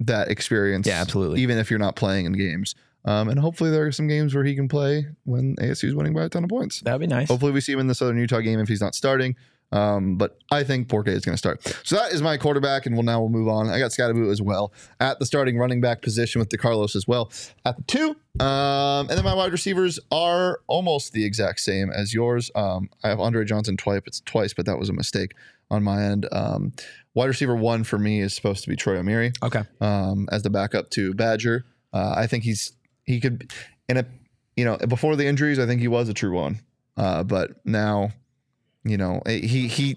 Speaker 2: that experience.
Speaker 1: Yeah, absolutely.
Speaker 2: Even if you're not playing in games, um, and hopefully there are some games where he can play when ASU is winning by a ton of points.
Speaker 1: That'd be nice.
Speaker 2: Hopefully we see him in the Southern Utah game if he's not starting. Um, but I think Porke is going to start. So that is my quarterback, and we'll now we'll move on. I got Scataboo as well at the starting running back position with DeCarlos as well at the two. Um, and then my wide receivers are almost the exact same as yours. Um, I have Andre Johnson twice, it's twice, but that was a mistake on my end. Um, wide receiver one for me is supposed to be Troy O'Meary
Speaker 1: Okay.
Speaker 2: um, as the backup to Badger. Uh, I think he's he could in a you know before the injuries, I think he was a true one, uh, but now you know eh, he he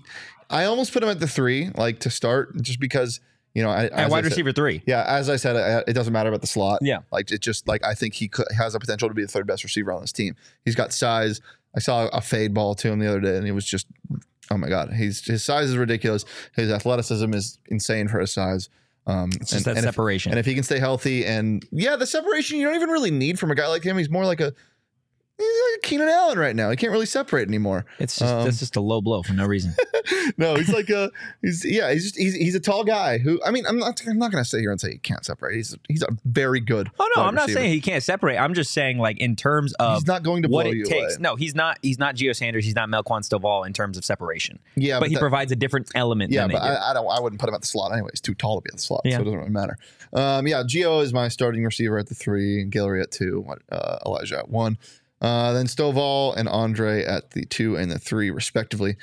Speaker 2: I almost put him at the three like to start just because you know I
Speaker 1: At
Speaker 2: as I
Speaker 1: wide
Speaker 2: said-
Speaker 1: receiver three.
Speaker 2: yeah, as I said, I, it doesn't matter about the slot.
Speaker 1: Yeah.
Speaker 2: like it just like I think he could, has the potential to be the third best receiver on this team. He's got size. I saw a fade ball to him the other day, and it was just, oh my god, he's his size is ridiculous. His athleticism is insane for his size. Um,
Speaker 1: It's just
Speaker 2: and,
Speaker 1: that
Speaker 2: and if,
Speaker 1: separation.
Speaker 2: and if he can stay healthy, and yeah, the separation you don't even really need from a guy like him. He's more like a he's like a Keenan Allen right now. He can't really separate anymore.
Speaker 1: it's just
Speaker 2: um,
Speaker 1: that's just a low blow for no reason.
Speaker 2: no, he's like a he's yeah, he's just he's, he's a tall guy who I mean I'm not I'm not gonna sit here and say he can't separate. He's he's a very good.
Speaker 1: Oh no,
Speaker 2: wide
Speaker 1: I'm not
Speaker 2: receiver.
Speaker 1: saying he can't separate. I'm just saying like in terms of
Speaker 2: he's not going to blow
Speaker 1: Uh, what it
Speaker 2: you
Speaker 1: takes.
Speaker 2: away.
Speaker 1: No, he's not. He's not Gio Sanders. He's not Melquan Stovall in terms of separation.
Speaker 2: Yeah,
Speaker 1: but, he
Speaker 2: that-
Speaker 1: provides a different element.
Speaker 2: yeah,
Speaker 1: than
Speaker 2: but
Speaker 1: they do.
Speaker 2: I, I don't. I wouldn't put him at the slot anyway. He's too tall to be at the slot,
Speaker 1: Yeah.
Speaker 2: so it doesn't really matter. Um, yeah, Gio is my starting receiver at the three, Guillory at two, uh, Elijah at one, uh, then Stovall and Andre at the two and the three respectively.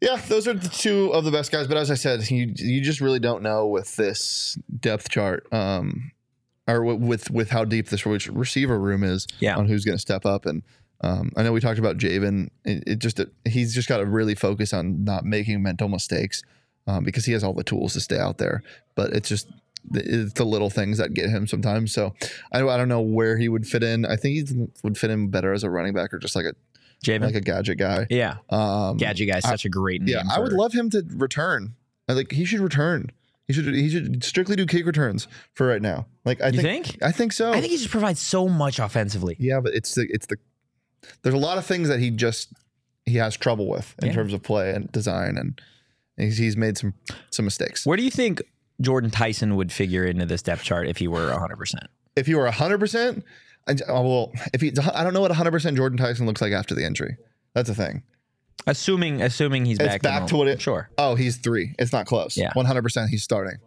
Speaker 2: Yeah, those are the two of the best guys. But as I said, you you just really don't know with this depth chart, um, or wi- with with how deep this re- receiver room is
Speaker 1: Yeah.
Speaker 2: on who's going to step up. And um, I know we talked about Javen. It, it just he's just got to really focus on not making mental mistakes um, because he has all the tools to stay out there. But it's just it's the little things that get him sometimes. So I, I don't know where he would fit in. I think he would fit in better as a running back or just like a
Speaker 1: Javen.
Speaker 2: like a gadget guy.
Speaker 1: yeah,
Speaker 2: Um,
Speaker 1: Gadget guy's
Speaker 2: I-
Speaker 1: such a great name.
Speaker 2: yeah, I would
Speaker 1: for-
Speaker 2: love him to return. I think he should return. He should he should strictly do kick returns for right now. Like I
Speaker 1: You
Speaker 2: think,
Speaker 1: think?
Speaker 2: I think so.
Speaker 1: I think he just provides so much offensively.
Speaker 2: yeah, but it's the it's the there's a lot of things that he just he has trouble with in
Speaker 1: Yeah.
Speaker 2: terms of play and design and he's, he's made some some mistakes.
Speaker 1: Where do you think Jordan Tyson would figure into this depth chart if he were 100? percent
Speaker 2: If you were 100%, I, oh, well, if he I don't know what 100% Jordan Tyson looks like after the injury. That's the thing.
Speaker 1: Assuming, assuming he's
Speaker 2: It's
Speaker 1: back.
Speaker 2: back to
Speaker 1: normal.
Speaker 2: what it-
Speaker 1: Sure.
Speaker 2: Oh, he's 3. It's not close.
Speaker 1: Yeah.
Speaker 2: 100% he's starting.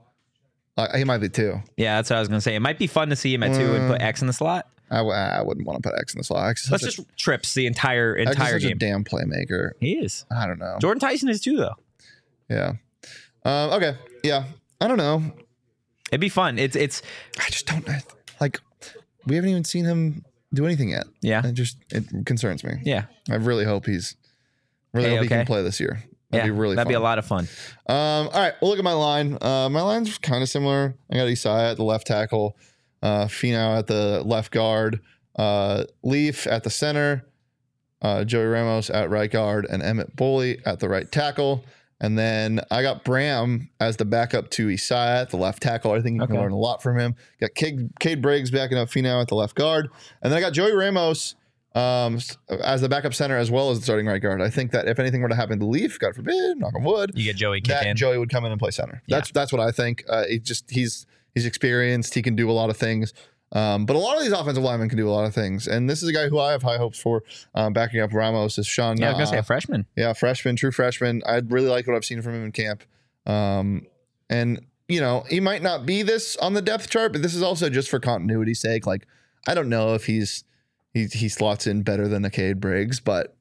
Speaker 2: Uh, he might be 2.
Speaker 1: Yeah, that's what I was gonna say. It might be fun to see him at two and put X in the slot.
Speaker 2: I, w- I wouldn't want to put X in the slot. X is
Speaker 1: Let's
Speaker 2: such Mm. a-
Speaker 1: just trips the entire
Speaker 2: X is
Speaker 1: entire
Speaker 2: such
Speaker 1: game.
Speaker 2: a damn playmaker.
Speaker 1: he is.
Speaker 2: I don't know.
Speaker 1: Jordan Tyson is too though.
Speaker 2: Yeah. Um, okay. Yeah. I don't know.
Speaker 1: It'd be fun. It's it's
Speaker 2: I just don't I- like. We haven't even seen him do anything yet.
Speaker 1: Yeah.
Speaker 2: It just it concerns me.
Speaker 1: yeah.
Speaker 2: I really hope he's really
Speaker 1: Hey,
Speaker 2: hope he
Speaker 1: okay.
Speaker 2: can play this year. That'd
Speaker 1: yeah,
Speaker 2: be really
Speaker 1: that'd be a
Speaker 2: fun.
Speaker 1: lot of fun.
Speaker 2: Um, all right, we'll look at my line. Uh, my line's kind of similar. I got Isaiah at the left tackle, uh, Finau at the left guard, uh, Leaf at the center, uh, Joey Ramos at right guard, and Emmett Boley at the right tackle. And then I got Bram as the backup to Isaiah at the left tackle. I think you can
Speaker 1: Okay.
Speaker 2: learn a lot from him. Got Cade, Cade Briggs backing up Finau at the left guard. And then I got Joey Ramos um, s- as the backup center as well as the starting right guard. I think that if anything were to happen to Leaf, God forbid, knock on wood,
Speaker 1: You get Joey kick
Speaker 2: that
Speaker 1: in.
Speaker 2: Joey would come in and play center.
Speaker 1: Yeah.
Speaker 2: That's that's what I think. Uh, he just he's he's experienced. He can do a lot of things. Um, but a lot of these offensive linemen can do a lot of things, and this is a guy who I have high hopes for. Um, backing up Ramos is Sean.
Speaker 1: yeah, I was gonna
Speaker 2: Naa.
Speaker 1: say a freshman.
Speaker 2: Yeah, freshman, true freshman. I really like what I've seen from him in camp. Um, and you know, he might not be this on the depth chart, but this is also just for continuity's sake. Like, I don't know if he's he he slots in better than a Cade Briggs, but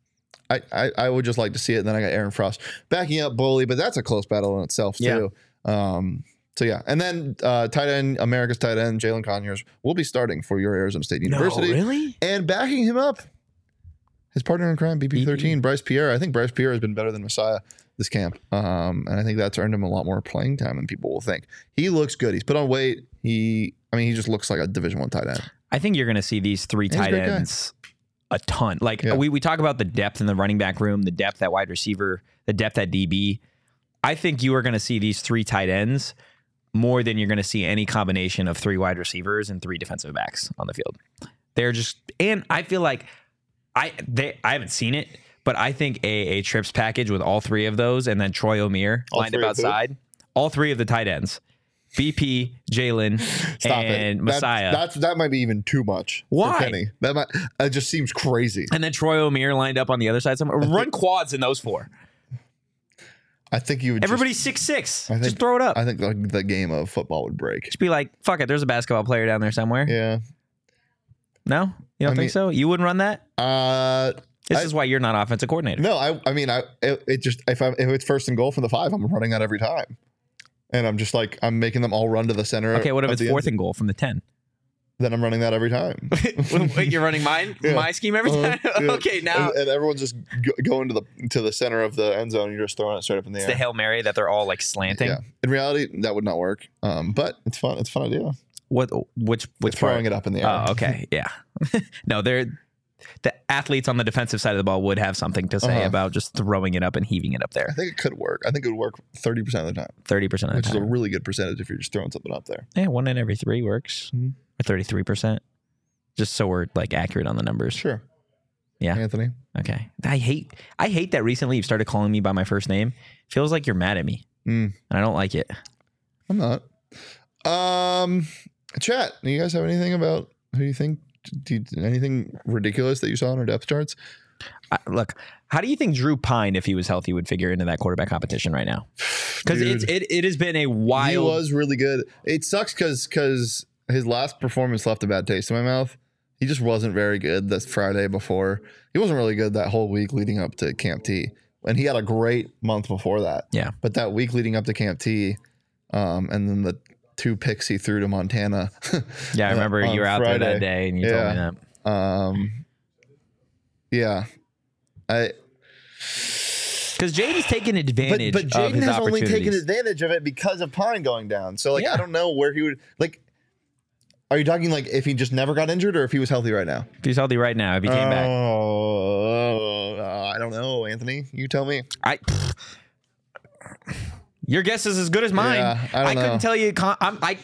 Speaker 2: I, I I would just like to see it. And then I got Aaron Frost backing up Bully, but that's a close battle in itself too. Um, so yeah, and then uh, tight end America's tight end Jalen Conyers will be starting for your Arizona State University
Speaker 1: really?
Speaker 2: and backing him up. His partner in crime,
Speaker 1: Mm-hmm.
Speaker 2: BP13, Bryce Pierre. I think Bryce Pierre has been better than Messiah this camp, um, and I think that's earned him a lot more playing time than people will think. He looks good. He's put on weight. He, I mean, he just looks like a Division One tight end.
Speaker 1: I think you're going to see these three
Speaker 2: a
Speaker 1: tight
Speaker 2: great guy.
Speaker 1: ends a ton. Like
Speaker 2: Yeah.
Speaker 1: we, we talk about the depth in the running back room, the depth at wide receiver, the depth at DB. I think you are going to see these three tight ends more than you're going to see any combination of three wide receivers and three defensive backs on the field. They're just, and I feel like I they I haven't seen it, but I think a a trips package with all three of those and then Troy O'Meara
Speaker 2: All
Speaker 1: lined up
Speaker 2: three of who?
Speaker 1: outside, all three of the tight ends, BP, Jalen,
Speaker 2: Stop
Speaker 1: and
Speaker 2: it.
Speaker 1: Messiah.
Speaker 2: That's, that's that might be even too much. for
Speaker 1: Why?
Speaker 2: Penny. That might that just seems crazy.
Speaker 1: And then Troy O'Meara lined up on the other side. Somewhere. Run quads in those four.
Speaker 2: I think you would just-
Speaker 1: Everybody's six six.
Speaker 2: I think-
Speaker 1: Just throw it up.
Speaker 2: I think the, the game of football would break.
Speaker 1: Just be like, fuck it. There's a basketball player down there somewhere.
Speaker 2: Yeah.
Speaker 1: No, you don't
Speaker 2: I
Speaker 1: think
Speaker 2: mean-
Speaker 1: so? You wouldn't run that.
Speaker 2: Uh
Speaker 1: This
Speaker 2: I-
Speaker 1: is why you're not offensive coordinator.
Speaker 2: no, I I mean I it, it just if I am if it's first and goal from the 5, I'm running out every time. And I'm just like I'm making them all run to the center.
Speaker 1: Okay, what if
Speaker 2: of
Speaker 1: it's
Speaker 2: the
Speaker 1: fourth
Speaker 2: end-
Speaker 1: and goal from the ten?
Speaker 2: then I'm running that every time.
Speaker 1: Wait, you're running mine,
Speaker 2: Yeah.
Speaker 1: my scheme every
Speaker 2: Uh-huh,
Speaker 1: time.
Speaker 2: yeah.
Speaker 1: okay, now
Speaker 2: and, and everyone's just go, going to the to the center of the end zone. And you're just throwing it straight up in the
Speaker 1: it's
Speaker 2: air.
Speaker 1: the hail mary that they're all like slanting.
Speaker 2: yeah. In reality, that would not work. Um, but it's fun. It's a fun idea.
Speaker 1: What? Which? Which
Speaker 2: throwing
Speaker 1: part?
Speaker 2: it up in the air.
Speaker 1: Oh, okay, yeah. no, they're the athletes on the defensive side of the ball would have something to say
Speaker 2: Uh-huh.
Speaker 1: about just throwing it up and heaving it up there.
Speaker 2: I think it could work. I think it would work 30% of the time,
Speaker 1: Thirty percent of the
Speaker 2: which is
Speaker 1: time.
Speaker 2: a really good percentage if you're just throwing something up there.
Speaker 1: Yeah, one in every three works,
Speaker 2: Mhm.
Speaker 1: or thirty-three percent. Just so we're like accurate on the numbers.
Speaker 2: Sure.
Speaker 1: Yeah.
Speaker 2: Anthony.
Speaker 1: Okay. I hate I hate that recently you've started calling me by my first name. Feels like you're mad at me.
Speaker 2: Mm.
Speaker 1: And I don't like it.
Speaker 2: I'm not. Um, chat. Do you guys have anything about who you think? Do you, anything ridiculous that you saw on our depth charts?
Speaker 1: I, look, how do you think Drew Pine, if he was healthy, would figure into that quarterback competition right now? Because
Speaker 2: Dude.
Speaker 1: it, it has been a
Speaker 2: He
Speaker 1: wild.
Speaker 2: was really good. It sucks because because his last performance left a bad taste in my mouth. He just wasn't very good this Friday before. He wasn't really good that whole week leading up to Camp T. And he had a great month before that.
Speaker 1: Yeah.
Speaker 2: But that week leading up to Camp T, um, and then the two picks he threw to Montana.
Speaker 1: yeah, I
Speaker 2: uh,
Speaker 1: remember
Speaker 2: on
Speaker 1: you were out there
Speaker 2: Friday.
Speaker 1: that day and you told me
Speaker 2: Yeah.
Speaker 1: that.
Speaker 2: um, yeah. I
Speaker 1: Because Jaden's taken
Speaker 2: but
Speaker 1: advantage
Speaker 2: but
Speaker 1: of
Speaker 2: Jaden
Speaker 1: his
Speaker 2: has only
Speaker 1: opportunities.
Speaker 2: taken advantage of it because of Pine going down. So like
Speaker 1: Yeah.
Speaker 2: I don't know where he would like. Are you talking like if he just never got injured or if he was healthy right now?
Speaker 1: if he's healthy right now, if he came back.
Speaker 2: Oh, I don't know, Anthony. You tell me.
Speaker 1: I. pfft. your guess is as good as mine.
Speaker 2: Yeah, I don't know.
Speaker 1: couldn't tell you. Con- I'm, I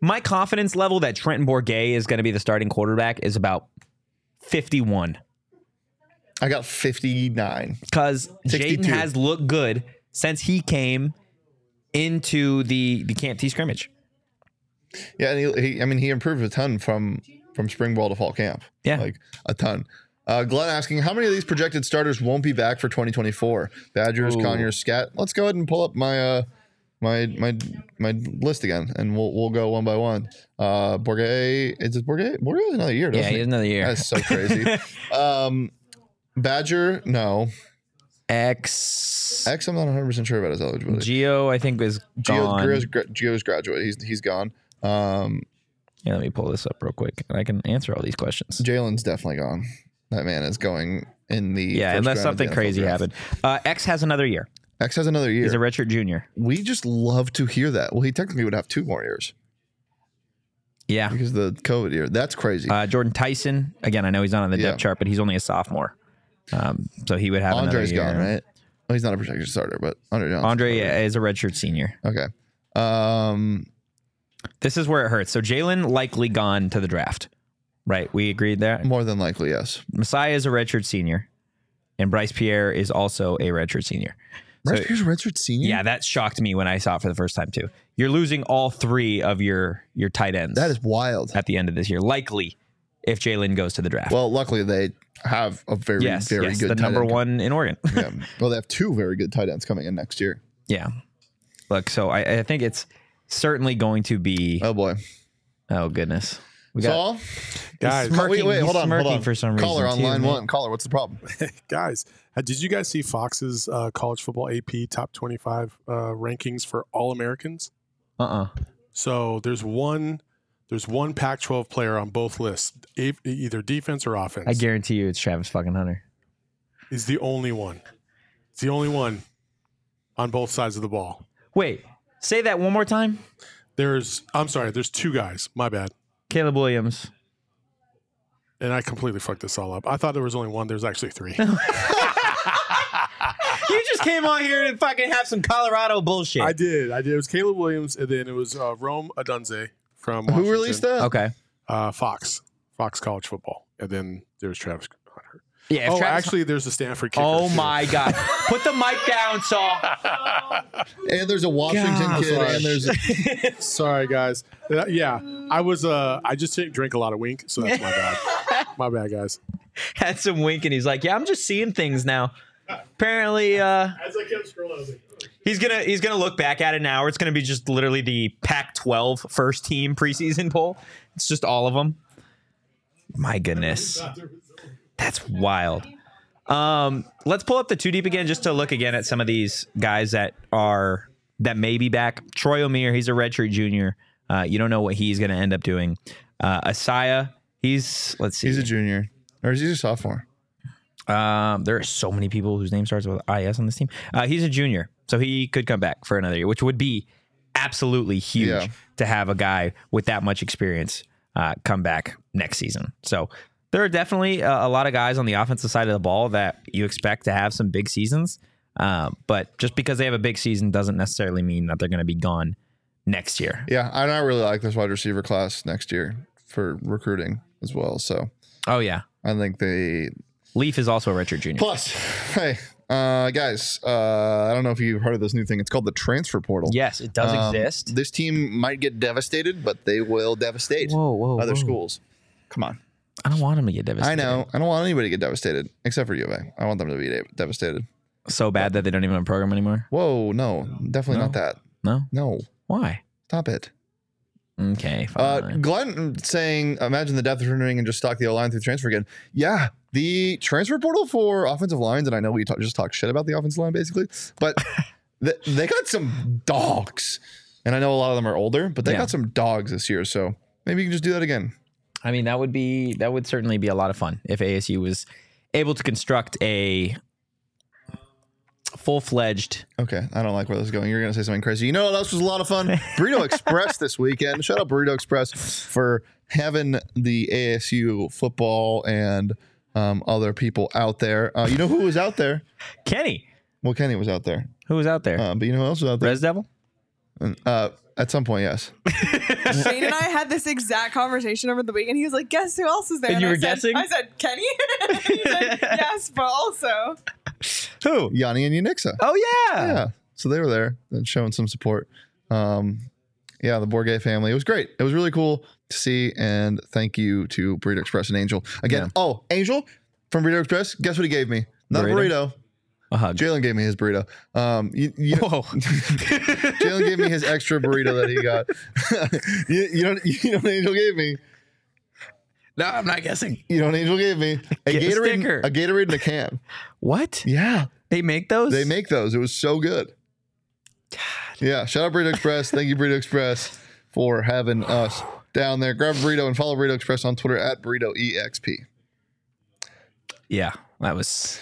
Speaker 1: my confidence level that Trenton Bourget is going to be the starting quarterback is about fifty one
Speaker 2: I got fifty nine.
Speaker 1: because
Speaker 2: 62.
Speaker 1: Jaden has looked good since he came into the the camp T scrimmage.
Speaker 2: Yeah, and he, he, I mean, he improved a ton from from spring ball to fall camp.
Speaker 1: Yeah.
Speaker 2: like a ton. Uh, Glenn asking, how many of these projected starters won't be back for 2024? Badgers,
Speaker 1: Ooh.
Speaker 2: Conyers, Scat. Let's go ahead and pull up my uh, my my my list again, and we'll we'll go one by one. Uh, Bourget, is it Bourget? Bourget is another year, doesn't
Speaker 1: Yeah, he
Speaker 2: he?
Speaker 1: has another year.
Speaker 2: That's so crazy. um, Badger, no.
Speaker 1: X
Speaker 2: X, I'm not 100 percent sure about his eligibility.
Speaker 1: Geo, I think is
Speaker 2: Geo,
Speaker 1: gone.
Speaker 2: Geo's, gra- Geo's graduate. He's he's gone. Um,
Speaker 1: yeah, let me pull this up real quick, and I can answer all these questions.
Speaker 2: Jalen's definitely gone. That man is going in the
Speaker 1: Yeah,
Speaker 2: first
Speaker 1: unless
Speaker 2: round of the
Speaker 1: something
Speaker 2: NFL
Speaker 1: crazy
Speaker 2: draft.
Speaker 1: happened. Uh, X has another year.
Speaker 2: X has another year.
Speaker 1: He's a redshirt junior.
Speaker 2: we just love to hear that. Well, he technically would have two more years
Speaker 1: Yeah.
Speaker 2: because of the COVID year. That's crazy.
Speaker 1: Uh, Jordan Tyson, again, I know he's not on the
Speaker 2: Yeah.
Speaker 1: depth chart, but he's only a sophomore. Um, so he would have
Speaker 2: Andre's
Speaker 1: another year.
Speaker 2: gone, right? Well, he's not a projected starter, but Andre Johnson.
Speaker 1: Andre uh, is a redshirt senior.
Speaker 2: Okay. Um,
Speaker 1: This is where it hurts. So Jalen likely gone to the draft, right? We agreed there.
Speaker 2: more than likely, yes.
Speaker 1: Messiah is a redshirt senior, and Bryce Pierre is also a redshirt senior. So-
Speaker 2: Bryce Pierce, redshirt senior.
Speaker 1: yeah, that shocked me when I saw it for the first time too. You're losing all three of your your tight ends
Speaker 2: that is wild.
Speaker 1: at the end of this year, likely if Jalen goes to the draft.
Speaker 2: Well, luckily they have a very,
Speaker 1: yes,
Speaker 2: very
Speaker 1: yes,
Speaker 2: good
Speaker 1: the
Speaker 2: tight
Speaker 1: number
Speaker 2: end.
Speaker 1: one in Oregon.
Speaker 2: Yeah. Well, they have two very good tight ends coming in next year.
Speaker 1: Yeah. Look, so I, I think it's certainly going to be.
Speaker 2: Oh boy.
Speaker 1: Oh goodness. We
Speaker 2: That's
Speaker 1: got
Speaker 2: all?
Speaker 1: Guys,
Speaker 4: Guys,
Speaker 2: Call-
Speaker 1: smirking- he's smirking for some
Speaker 2: Caller on
Speaker 1: reason, too,
Speaker 2: line
Speaker 1: man.
Speaker 2: one. Caller, what's the problem?
Speaker 4: guys, uh, did you guys see Fox's uh, college football AP top 25 uh, rankings for all Americans?
Speaker 1: uh uh
Speaker 4: So there's one, there's one Pac-12 player on both lists, e- either defense or offense.
Speaker 1: I guarantee you it's Travis fucking Hunter.
Speaker 4: Is the only one. It's the only one on both sides of the ball.
Speaker 1: Wait, say that one more time.
Speaker 4: There's, I'm sorry, there's two guys. My bad.
Speaker 1: Caleb Williams.
Speaker 4: And I completely fucked this all up. I thought there was only one. There's actually three.
Speaker 1: You just came on here and fucking have some Colorado bullshit.
Speaker 4: I did. I did. It was Caleb Williams, and then it was uh, Rome Adunze from
Speaker 2: Who
Speaker 4: Washington.
Speaker 2: released that?
Speaker 1: okay.
Speaker 4: Uh, Fox, Fox College Football, and then there's Travis Hunter.
Speaker 1: Yeah.
Speaker 4: oh, actually, there's the Stanford kicker.
Speaker 1: Oh
Speaker 4: too.
Speaker 1: my god. Put the mic down, Saul.
Speaker 2: And there's a Washington
Speaker 1: God.
Speaker 2: kid, and there's a,
Speaker 4: Sorry, guys. Uh, yeah, I was. Uh, I just didn't drink a lot of wink, so that's my bad. my bad, guys.
Speaker 1: Had some wink and he's like, "Yeah, I'm just seeing things now." Apparently, uh,
Speaker 4: As I kept scrolling, I was like,
Speaker 1: he's gonna he's gonna look back at it now. It's gonna be just literally the Pac-12 first team preseason poll. It's just all of them. My goodness, that's wild. Um, let's pull up the two deep again just to look again at some of these guys that are that may be back. Troy O'Meara, he's a redshirt junior. Uh, you don't know what he's gonna end up doing. Uh, Asaya, he's let's see.
Speaker 2: he's a junior, or is he a sophomore?
Speaker 1: Um, there are so many people whose name starts with IS on this team. Uh, he's a junior, so he could come back for another year, which would be absolutely huge
Speaker 2: Yeah.
Speaker 1: to have a guy with that much experience uh, come back next season. So there are definitely uh, a lot of guys on the offensive side of the ball that you expect to have some big seasons. Uh, but just because they have a big season doesn't necessarily mean that they're going to be gone next year.
Speaker 2: Yeah, I don't really like this wide receiver class next year for recruiting as well. So
Speaker 1: Oh yeah,
Speaker 2: I think they
Speaker 1: Leaf is also a Richard Junior.
Speaker 2: Plus, hey, uh, guys, uh, I don't know if you've heard of this new thing. It's called the transfer portal.
Speaker 1: Yes, it does
Speaker 2: Um,
Speaker 1: exist.
Speaker 2: This team might get devastated, but they will devastate
Speaker 1: Whoa, whoa,
Speaker 2: other
Speaker 1: whoa.
Speaker 2: schools. Come on.
Speaker 1: I don't want him to get devastated.
Speaker 2: I know. I don't want anybody to get devastated except for U of A. I want them to be de- devastated.
Speaker 1: so bad that they don't even have a program anymore.
Speaker 2: Whoa, no, definitely not
Speaker 1: No.
Speaker 2: that.
Speaker 1: No,
Speaker 2: No,
Speaker 1: why?
Speaker 2: stop it.
Speaker 1: Okay.
Speaker 2: Uh,
Speaker 1: fine.
Speaker 2: Glenn saying, imagine the depth of turning and just stock the O line through transfer again. Yeah, the transfer portal for offensive lines, and I know we talk, just talked shit about the offensive line basically, but th- they got some dogs. And I know a lot of them are older, but they
Speaker 1: Yeah.
Speaker 2: got some dogs this year. So maybe you can just do that again.
Speaker 1: I mean, that would be that would certainly be a lot of fun if ASU was able to construct a full fledged.
Speaker 2: Okay, I don't like where this is going. You're going to say something crazy. You know what else was a lot of fun? Burrito Express this weekend. Shout out Burrito Express for having the ASU football and um, other people out there. Uh, you know who was out there?
Speaker 1: Kenny,
Speaker 2: Well, Kenny was out there.
Speaker 1: who was out there?
Speaker 2: Uh, but you know who else was out there?
Speaker 1: Res Devil.
Speaker 2: Uh, at some point, yes.
Speaker 3: Shane and I had this exact conversation over the weekend. He was like, "Guess who else is there?"
Speaker 1: And you
Speaker 3: I
Speaker 1: were
Speaker 3: said-
Speaker 1: guessing?
Speaker 3: I said, "Kenny." And he said, yes, but also
Speaker 1: Who?
Speaker 2: Yanni and Unixa.
Speaker 1: Oh yeah.
Speaker 2: Yeah. So they were there and showing some support. Um, yeah, the Borgay family. It was great. It was really cool to see. And thank you to Burrito Express and Angel. Again, oh, Angel from Burrito Express, guess what he gave me? Not
Speaker 1: Burrito?
Speaker 2: a burrito.
Speaker 1: A hug.
Speaker 2: Jalen gave me his burrito. Um, you, you,
Speaker 1: Whoa.
Speaker 2: Jalen gave me his extra burrito that he got. you, you, don't, you know what Angel gave me?
Speaker 1: no, I'm not guessing.
Speaker 2: You know what Angel gave me? A
Speaker 1: Get a sticker.
Speaker 2: Gatorade, a Gatorade in a can.
Speaker 1: What?
Speaker 2: Yeah.
Speaker 1: They make those?
Speaker 2: They make those. It was so good. Yeah. Shout out Burrito Express. Thank you, Burrito Express, for having us down there. Grab a burrito and follow Burrito Express on Twitter at Burrito E EXP.
Speaker 1: Yeah. That was.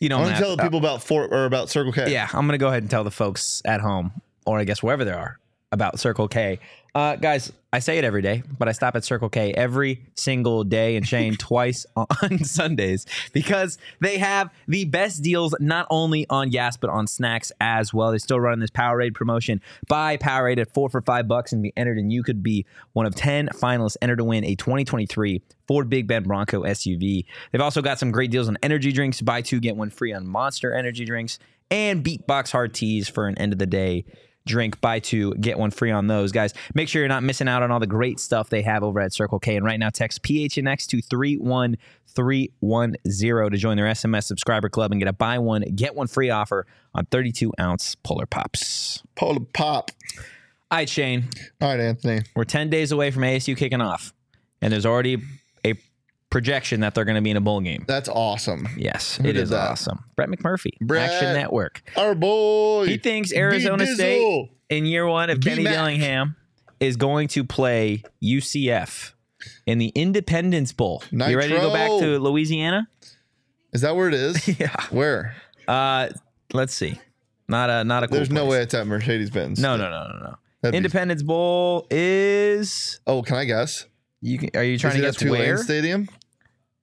Speaker 1: You know.
Speaker 2: I want to tell the people about Fort or about Circle K.
Speaker 1: Yeah, I'm gonna go ahead and tell the folks at home, or I guess wherever they are, about Circle K. Uh, guys, I say it every day, but I stop at Circle K every single day and Shane twice on Sundays because they have the best deals not only on gas but on snacks as well. They're still running this Powerade promotion. Buy Powerade at four for five bucks and be entered, and you could be one of ten finalists entered to win a 2023 Ford Big Bend Bronco SUV. They've also got some great deals on energy drinks. Buy two get one free on Monster energy drinks and beatbox hard teas for an end of the day drink buy two get one free on those guys make sure you're not missing out on all the great stuff they have over at circle k and right now text phnx to 31310 to join their sms subscriber club and get a buy one get one free offer on 32 ounce polar pops
Speaker 2: Polar pop.
Speaker 1: all right shane
Speaker 2: All right, Anthony.
Speaker 1: we're 10 days away from asu kicking off and there's already a projection that they're going to be in a bowl game.
Speaker 2: That's awesome.
Speaker 1: Yes,
Speaker 2: Who
Speaker 1: it
Speaker 2: did
Speaker 1: is
Speaker 2: that?
Speaker 1: awesome. Brett McMurphy,
Speaker 2: Brett.
Speaker 1: Action Network.
Speaker 2: Our boy.
Speaker 1: He thinks Arizona
Speaker 2: B-Dizzle.
Speaker 1: State in year one of Kenny
Speaker 2: B-Mac.
Speaker 1: Dillingham is going to play UCF in the Independence Bowl. You ready to go back
Speaker 2: Nitro.
Speaker 1: to Louisiana?
Speaker 2: Is that where it is?
Speaker 1: Yeah.
Speaker 2: Where?
Speaker 1: Uh, let's see. Not a not a. Cool
Speaker 2: There's no way
Speaker 1: place.
Speaker 2: it's at Mercedes Benz.
Speaker 1: No, no, no, no, no.
Speaker 2: That'd be-
Speaker 1: Independence Bowl is
Speaker 2: oh, can I guess?
Speaker 1: you can, are you trying
Speaker 2: Is
Speaker 1: to
Speaker 2: it at
Speaker 1: guess
Speaker 2: Tulane
Speaker 1: where?
Speaker 2: Stadium?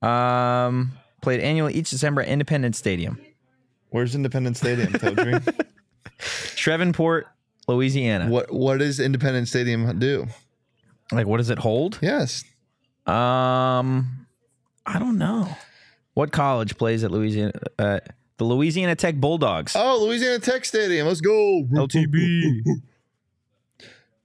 Speaker 1: Um, played annually each December at Independence Stadium,
Speaker 2: Where's Independence Stadium? Toadry?
Speaker 1: Shreveport, Louisiana.
Speaker 2: what What does Independence Stadium do?
Speaker 1: Like, what does it hold?
Speaker 2: Yes.
Speaker 1: Um, I don't know. What college plays at Louisiana? Uh, the Louisiana Tech Bulldogs.
Speaker 2: Oh, Louisiana Tech Stadium. Let's go.
Speaker 1: LTB.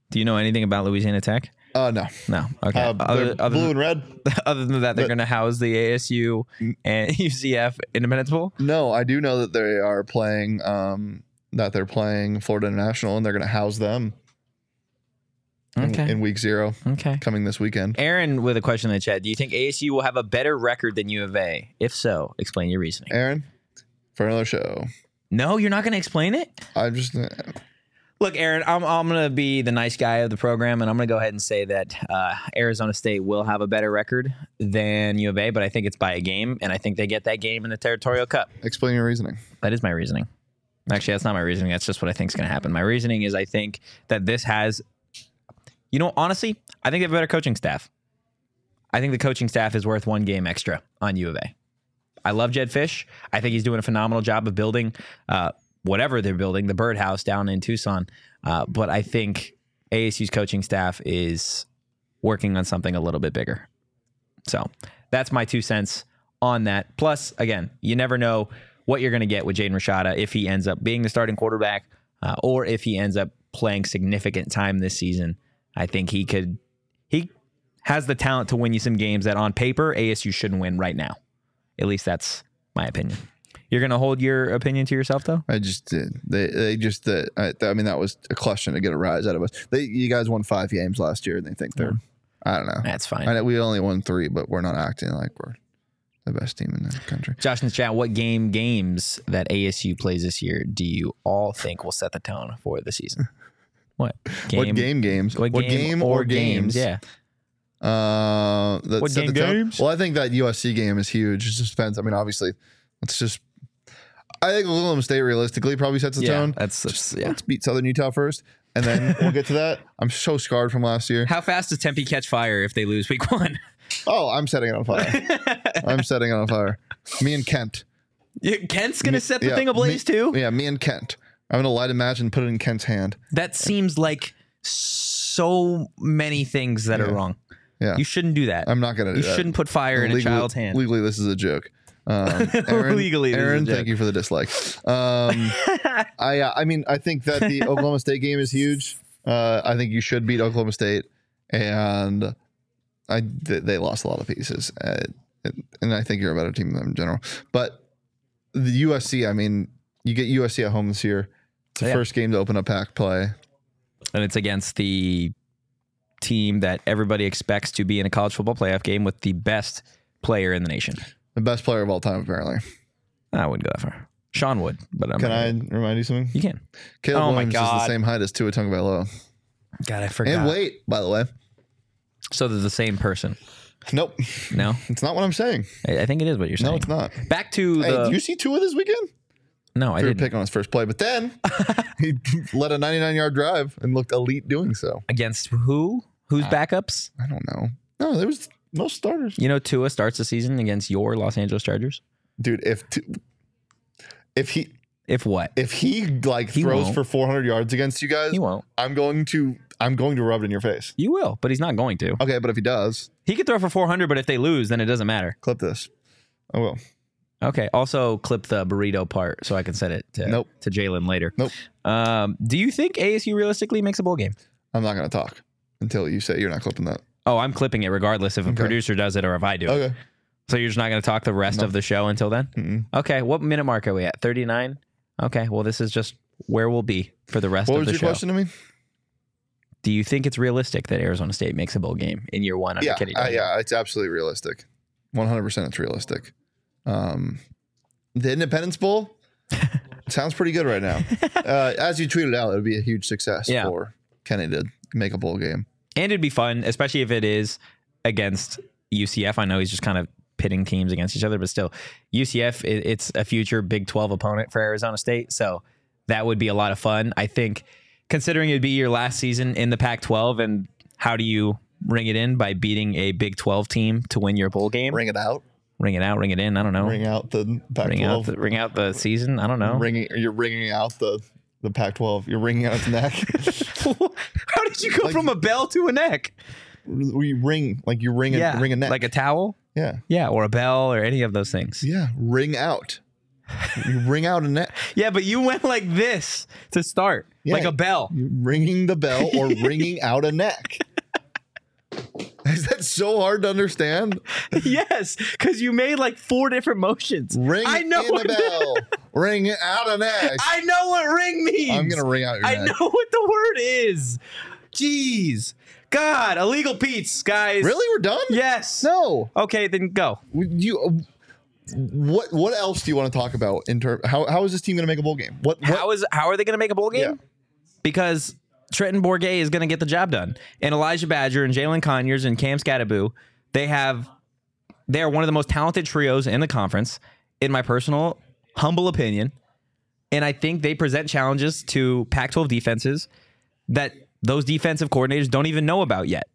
Speaker 1: Do you know anything about Louisiana Tech?
Speaker 2: Uh, no.
Speaker 1: No. Okay.
Speaker 2: Uh,
Speaker 1: other,
Speaker 2: they're
Speaker 1: other,
Speaker 2: blue
Speaker 1: than,
Speaker 2: and red.
Speaker 1: other than that, they're
Speaker 2: but-
Speaker 1: going to house the ASU
Speaker 2: Mm.
Speaker 1: and UCF Independence Bowl.
Speaker 2: No, I do know that they are playing. Um, that they're playing Florida International, and they're going to house them in-
Speaker 1: Okay.
Speaker 2: in week zero
Speaker 1: Okay.
Speaker 2: coming this weekend.
Speaker 1: Aaron with a question in the chat. Do you think ASU will have a better record than U of A? If so, explain your reasoning.
Speaker 2: Aaron, for another show.
Speaker 1: No, you're not going to explain it?
Speaker 2: I'm just. uh,
Speaker 1: Look, Aaron, I'm, I'm going to be the nice guy of the program, and I'm going to go ahead and say that uh, Arizona State will have a better record than U of A, but I think it's by a game, and I think they get that game in the Territorial Cup.
Speaker 2: Explain your reasoning.
Speaker 1: That is my reasoning. Actually, that's not my reasoning. That's just what I think is going to happen. My reasoning is I think that this has, you know, honestly, I think they have a better coaching staff. I think the coaching staff is worth one game extra on U of A. I love Jed Fish. I think he's doing a phenomenal job of building uh, whatever they're building, the birdhouse down in Tucson. Uh, but I think ASU's coaching staff is working on something a little bit bigger. So that's my two cents on that. Plus, again, you never know what you're going to get with Jaden Rashada if he ends up being the starting quarterback uh, or if he ends up playing significant time this season. I think he could, he has the talent to win you some games that on paper ASU shouldn't win right now. At least that's my opinion. You're going to hold your opinion to yourself, though?
Speaker 2: I just did. They they just the I, I mean that was a question to get a rise out of us. They you guys won five games last year and they think they're I don't know.
Speaker 1: That's fine.
Speaker 2: I know we only won three, but we're not acting like we're the best team in the country.
Speaker 1: Josh in the chat, what game games that ASU plays this year do you all think will set the tone for the season? What game?
Speaker 2: what game games?
Speaker 1: What, game, or, games? Yeah.
Speaker 2: Uh, that
Speaker 1: What
Speaker 2: set
Speaker 1: game
Speaker 2: the tone.
Speaker 1: games?
Speaker 2: Well, I think that USC game is huge. It just depends. I mean, obviously, let's just. I think Lillum State realistically probably sets the
Speaker 1: yeah,
Speaker 2: tone.
Speaker 1: That's, that's yeah.
Speaker 2: Let's beat Southern Utah first, and then we'll get to that. I'm so scarred from last year.
Speaker 1: How fast does Tempe catch fire if they lose week one?
Speaker 2: Oh, I'm setting it on fire. I'm setting it on fire. Me and Kent.
Speaker 1: Yeah, Kent's gonna set the
Speaker 2: Yeah,
Speaker 1: thing ablaze
Speaker 2: me-
Speaker 1: too.
Speaker 2: Yeah, me and Kent. I'm gonna light a match and put it in Kent's hand.
Speaker 1: That seems like so many things that
Speaker 2: Yeah.
Speaker 1: are wrong.
Speaker 2: Yeah.
Speaker 1: You shouldn't do that.
Speaker 2: I'm not gonna. do
Speaker 1: you
Speaker 2: that.
Speaker 1: shouldn't put fire in a
Speaker 2: Legally-
Speaker 1: child's hand.
Speaker 2: Legally, this is a joke. Um, Aaron,
Speaker 1: Legally, this is a
Speaker 2: Aaron,
Speaker 1: joke.
Speaker 2: thank you for the dislike. Um, I, uh, I mean, I think that the Oklahoma State game is huge. Uh, I think you should beat Oklahoma State, and I th- they lost a lot of pieces, uh, and I think you're a better team than them in general. But the USC, I mean, you get USC at home this year. It's the
Speaker 1: Yeah.
Speaker 2: first game to open up pack play.
Speaker 1: and it's against the team that everybody expects to be in a college football playoff game with the best player in the nation.
Speaker 2: The best player of all time, apparently.
Speaker 1: I wouldn't go that far. Sean would, but I'm
Speaker 2: Can
Speaker 1: not-
Speaker 2: I remind you something?
Speaker 1: You can.
Speaker 2: Caleb
Speaker 1: Oh my
Speaker 2: Williams is the
Speaker 1: God.
Speaker 2: same height as Tua Tagovailoa,
Speaker 1: God, I forgot.
Speaker 2: and weight, by the way.
Speaker 1: So they're the same person.
Speaker 2: Nope.
Speaker 1: No,
Speaker 2: It's not what I'm saying.
Speaker 1: I I think it is what you're saying.
Speaker 2: No, it's not.
Speaker 1: Back to
Speaker 2: Hey,
Speaker 1: the
Speaker 2: do you see Tua this weekend?
Speaker 1: no, I
Speaker 2: Threw a
Speaker 1: didn't.
Speaker 2: pick on his first play, but then he led a 99 yard drive and looked elite doing so.
Speaker 1: against who? Who's
Speaker 2: Uh,
Speaker 1: backups?
Speaker 2: I don't know. No, there was no starters,
Speaker 1: You know, Tua starts the season against your Los Angeles Chargers.
Speaker 2: dude. If t- if he
Speaker 1: If what?
Speaker 2: if he like
Speaker 1: He
Speaker 2: throws
Speaker 1: won't.
Speaker 2: for 400 yards against you guys,
Speaker 1: He won't.
Speaker 2: I'm going to I'm going to rub it in your face.
Speaker 1: You will, but he's not going to.
Speaker 2: Okay, but if he does,
Speaker 1: He could throw for 400, but if they lose, then it doesn't matter.
Speaker 2: clip this. Oh, I will.
Speaker 1: Okay. Also, clip the burrito part so I can send it to
Speaker 2: Nope.
Speaker 1: to Jalen later.
Speaker 2: Nope.
Speaker 1: Um, do you think ASU realistically makes a bowl game?
Speaker 2: I'm not going to talk until you say you're not clipping that.
Speaker 1: Oh, I'm clipping it regardless if a
Speaker 2: Okay.
Speaker 1: producer does it or if I do it.
Speaker 2: Okay.
Speaker 1: So you're just not going to talk the rest
Speaker 2: No.
Speaker 1: of the show until then?
Speaker 2: Mm-mm.
Speaker 1: Okay. What minute mark are we at? 39? Okay. Well, this is just where we'll be for the rest
Speaker 2: What
Speaker 1: of
Speaker 2: was
Speaker 1: the
Speaker 2: your
Speaker 1: show.
Speaker 2: question to me?
Speaker 1: Do you think it's realistic that Arizona State makes a bowl game in year one? Under
Speaker 2: yeah,
Speaker 1: Kenny
Speaker 2: uh,
Speaker 1: Dillingham?
Speaker 2: yeah, it's absolutely realistic. 100% it's realistic. Um, the Independence Bowl sounds pretty good right now. Uh, as you tweeted out, it would be a huge success
Speaker 1: Yeah.
Speaker 2: for Kenny to make a bowl game.
Speaker 1: And it'd be fun, especially if it is against UCF. I know he's just kind of pitting teams against each other, but still, UCF, i- it's a future Big 12 opponent for Arizona State. So that would be a lot of fun. I think, considering it'd be your last season in the Pac 12, and how do you ring it in? By beating a Big 12 team to win your bowl game? Ring,
Speaker 2: Ring it out.
Speaker 1: it out, ring it in. I don't know. Ring,
Speaker 2: Ring out the
Speaker 1: out,
Speaker 2: Pac-12.
Speaker 1: the, ring out the season. I don't know.
Speaker 2: Ringing, you're ringing out the, the Pac-12. You're ringing out its neck.
Speaker 1: how did you go
Speaker 2: Like-
Speaker 1: from a bell to a neck?
Speaker 2: we ring like you ring a, ring a neck.
Speaker 1: Like a towel?
Speaker 2: yeah,
Speaker 1: Yeah, or a bell or any of those things.
Speaker 2: yeah. Ring out. You ring out a neck.
Speaker 1: Yeah, but you went like this to start,
Speaker 2: Yeah.
Speaker 1: like a bell.
Speaker 2: You're ringing the bell or ringing out a neck. Is that so hard to understand?
Speaker 1: yes, because you made like four different motions.
Speaker 2: Ring
Speaker 1: I know
Speaker 2: in the
Speaker 1: what
Speaker 2: bell. ring out a neck.
Speaker 1: I know what ring means.
Speaker 2: I'm gonna ring out your
Speaker 1: I
Speaker 2: neck.
Speaker 1: know what the word is. Jeez, God, illegal Pete's guys.
Speaker 2: Really, we're done?
Speaker 1: Yes.
Speaker 2: No.
Speaker 1: Okay, then go.
Speaker 2: We- You. What What else do you want to talk about in term? How How is this team gonna make a bowl game? What? what
Speaker 1: How is how are they going to make a bowl game?
Speaker 2: Yeah.
Speaker 1: Because Trenton Bourget is going to get the job done, and Elijah Badger and Jalen Conyers and Cam Scataboo, they have they are one of the most talented trios in the conference, in my personal humble opinion, and I think they present challenges to Pac-12 defenses that those defensive coordinators don't even know about yet.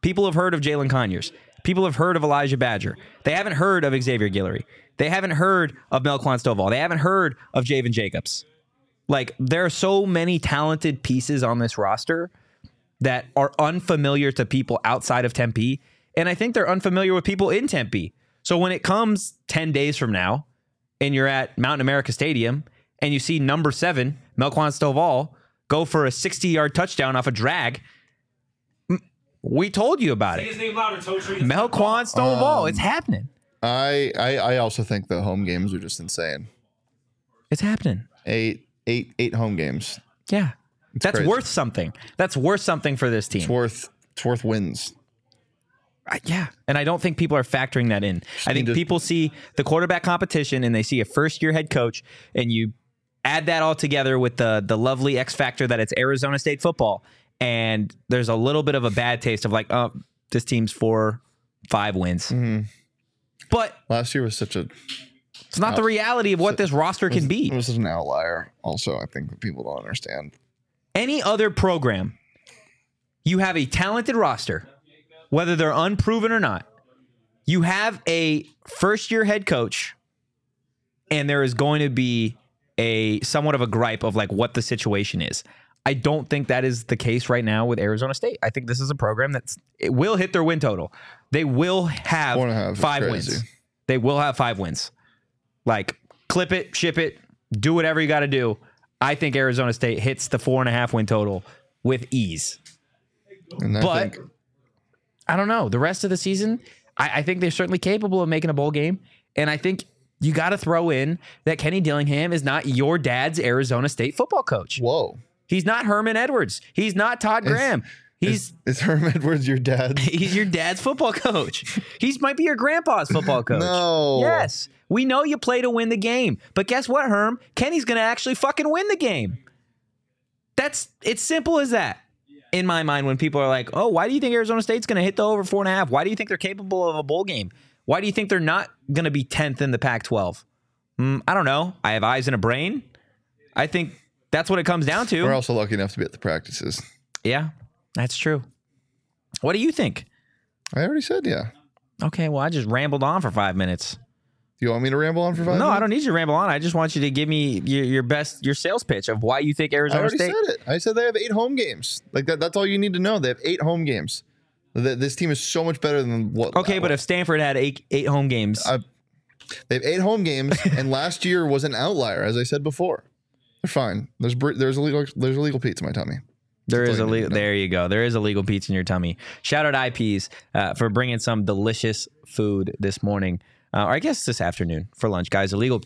Speaker 1: People have heard of Jalen Conyers. People have heard of Elijah Badger. They haven't heard of Xavier Guillory. They haven't heard of Melquan Stovall. They haven't heard of Javen Jacobs. Like there are so many talented pieces on this roster that are unfamiliar to people outside of Tempe, and I think they're unfamiliar with people in Tempe. So when it comes 10 days from now and you're at Mountain America Stadium and you see number 7 Melquan Stovall go for a 60-yard touchdown off a drag, m- we told you about it.
Speaker 5: His name louder, Totri.
Speaker 1: Melquan Stovall, it's happening.
Speaker 2: I, I I also think the home games are just insane.
Speaker 1: It's happening.
Speaker 2: Eight eight eight home games.
Speaker 1: Yeah. That's
Speaker 2: crazy.
Speaker 1: worth something. That's worth something for this team.
Speaker 2: It's worth it's worth wins.
Speaker 1: I- yeah. And I don't think people are factoring that in. I think
Speaker 2: need to-
Speaker 1: people see the quarterback competition and they see a first year head coach and you add that all together with the the lovely X factor that it's Arizona State football and there's a little bit of a bad taste of like, oh, this team's four, five wins. But
Speaker 2: Last year was such a
Speaker 1: it's not the reality of what this roster can be.
Speaker 2: it was such an outlier. Also, I think that people don't understand.
Speaker 1: any other program, you have a talented roster, whether they're unproven or not. You have a first year head coach, and there is going to be a somewhat of a gripe of like what the situation is. I don't think that is the case right now with Arizona State. I think this is a program that's it will hit their win total. They will have
Speaker 2: Four and a half is
Speaker 1: five
Speaker 2: crazy.
Speaker 1: wins. They will have five wins. Like clip it, ship it, do whatever you got to do. I think Arizona State hits the four and a half win total with ease.
Speaker 2: And I
Speaker 1: But-
Speaker 2: think
Speaker 1: I don't know. The rest of the season, I, I think they're certainly capable of making a bowl game. And I think you got to throw in that Kenny Dillingham is not your dad's Arizona State football coach.
Speaker 2: whoa,
Speaker 1: He's not Herman Edwards. He's not Todd Graham. He's
Speaker 2: is, is Herm Edwards your dad?
Speaker 1: he's your dad's football coach. He's might be your grandpa's football coach.
Speaker 2: No.
Speaker 1: Yes. We know you play to win the game. But guess what, Herm? Kenny's going to actually fucking win the game. That's it's simple as that. In my mind, when people are like, oh, why do you think Arizona State's going to hit the over four and a half? Why do you think they're capable of a bowl game? Why do you think they're not going to be 10th in the Pac 12? Mm, I don't know. I have eyes and a brain. I think that's what it comes down to.
Speaker 2: We're also lucky enough to be at the practices.
Speaker 1: Yeah, that's true. What do you think?
Speaker 2: I already said yeah.
Speaker 1: Okay, well, I just rambled on for five minutes.
Speaker 2: Do you want me to ramble on for five?
Speaker 1: No, I
Speaker 2: minutes?
Speaker 1: don't need you to ramble on. I just want you to give me your, your best, your sales pitch of why you think
Speaker 2: I
Speaker 1: Arizona
Speaker 2: already
Speaker 1: State.
Speaker 2: said it. I said they have eight home games. Like that. That's all you need to know. They have eight home games. Th- This team is so much better than what.
Speaker 1: Okay, but if Stanford had eight, eight home games,
Speaker 2: I- They have eight home games, and last year was an outlier, as I said before. They're fine. There's br- there's illegal there's illegal pizza in my tummy.
Speaker 1: there is
Speaker 2: that's
Speaker 1: a
Speaker 2: all you need
Speaker 1: legal,
Speaker 2: to know.
Speaker 1: there you go. There is a legal pizza in your tummy. Shout out IPs uh, for bringing some delicious food this morning, uh, or I guess this afternoon for lunch, guys. Illegal,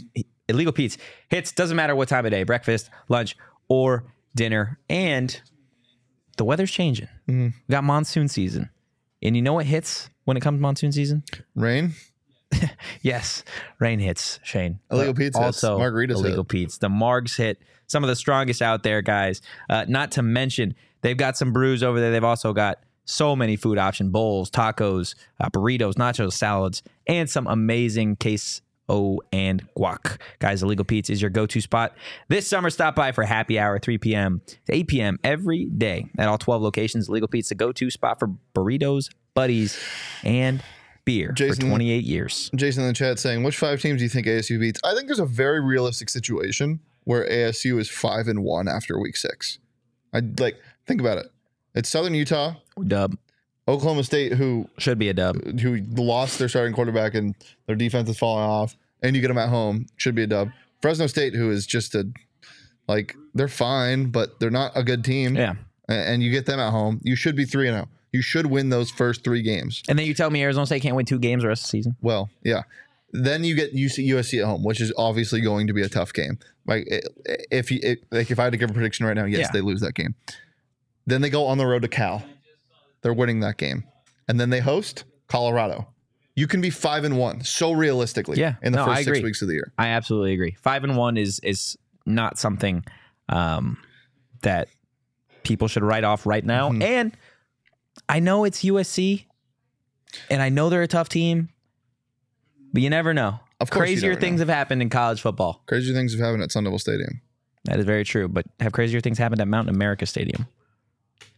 Speaker 1: illegal pizza hits. Doesn't matter what time of day, breakfast, lunch, or dinner, and the weather's changing. We got monsoon season. And you know what hits when it comes to monsoon season?
Speaker 2: Rain?
Speaker 1: Yes, rain hits, Shane.
Speaker 2: Illegal
Speaker 1: But
Speaker 2: Pete's hits.
Speaker 1: also
Speaker 2: Margaritas
Speaker 1: illegal Pete's. The Margs hit some of the strongest out there, guys. Uh, not to mention they've got some brews over there. They've also got so many food option bowls, tacos, uh, burritos, nachos, salads, and some amazing case. O and guac. Guys, Illegal Pete's is your go to spot. This summer, stop by for happy hour, 3 p.m. to 8 p.m. every day at all 12 locations. Illegal Pete's, the go to spot for burritos, buddies, and beer for
Speaker 2: Jason-
Speaker 1: 28 years.
Speaker 2: Jason in the chat saying, which five teams do you think ASU beats? I think there's a very realistic situation where ASU is five and one after week six. I like think about it. It's Southern Utah,
Speaker 1: Dub.
Speaker 2: Oklahoma State, who
Speaker 1: Should be a dub.
Speaker 2: who lost their starting quarterback and their defense is falling off, and you get them at home, should be a dub. Fresno State, who is just a like they're fine, but they're not a good team.
Speaker 1: Yeah.
Speaker 2: A- and you get them at home, you should be three and zero. You should win those first three games.
Speaker 1: And then you tell me Arizona State can't win two games the rest of the season.
Speaker 2: Well, yeah. Then you get UC, USC at home, which is obviously going to be a tough game. Like i- if you it, like if I had to give a prediction right now, yes,
Speaker 1: Yeah.
Speaker 2: they lose that game. Then they go on the road to Cal. They're winning that game, and then they host Colorado. You can be five and one so realistically.
Speaker 1: Yeah.
Speaker 2: in the
Speaker 1: No,
Speaker 2: first
Speaker 1: I
Speaker 2: six
Speaker 1: agree.
Speaker 2: weeks of the year.
Speaker 1: I absolutely agree. Five and one is is not something um, that people should write off right now.
Speaker 2: Mhm.
Speaker 1: And I know it's USC, and I know they're a tough team, but you never know.
Speaker 2: Of course you
Speaker 1: crazier
Speaker 2: never
Speaker 1: things
Speaker 2: know.
Speaker 1: have happened in college football.
Speaker 2: Crazy things have happened at Sun Devil Stadium.
Speaker 1: That is very true. But have crazier things happened at Mountain America Stadium?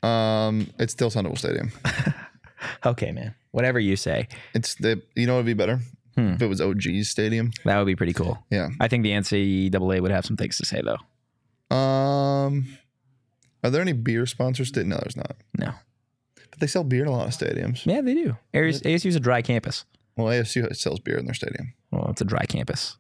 Speaker 2: Um, it's still Sun Devil Stadium.
Speaker 1: Okay, man. Whatever you say,
Speaker 2: It's the you know it'd be better
Speaker 1: Hmm.
Speaker 2: if it was OG's stadium.
Speaker 1: that would be pretty cool.
Speaker 2: Yeah.
Speaker 1: I think the NCAA would have some things to say though.
Speaker 2: Um, are there any beer sponsors? Sta- No, there's not.
Speaker 1: No.
Speaker 2: But they sell beer in a lot of stadiums.
Speaker 1: Yeah, they do. Aries- ASU's a dry campus.
Speaker 2: Well, ASU sells beer in their stadium.
Speaker 1: Well, it's a dry campus.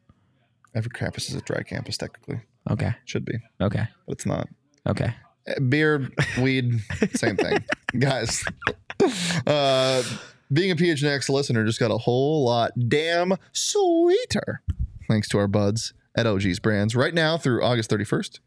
Speaker 2: Every campus is a dry campus, technically.
Speaker 1: Okay.
Speaker 2: Should be,
Speaker 1: Okay.
Speaker 2: but it's not.
Speaker 1: Okay.
Speaker 2: Uh, Beer, weed, same thing. Guys, uh, being a PHNX listener just got a whole lot damn sweeter. Thanks to our buds at OG's Brands. Right now through August 31st,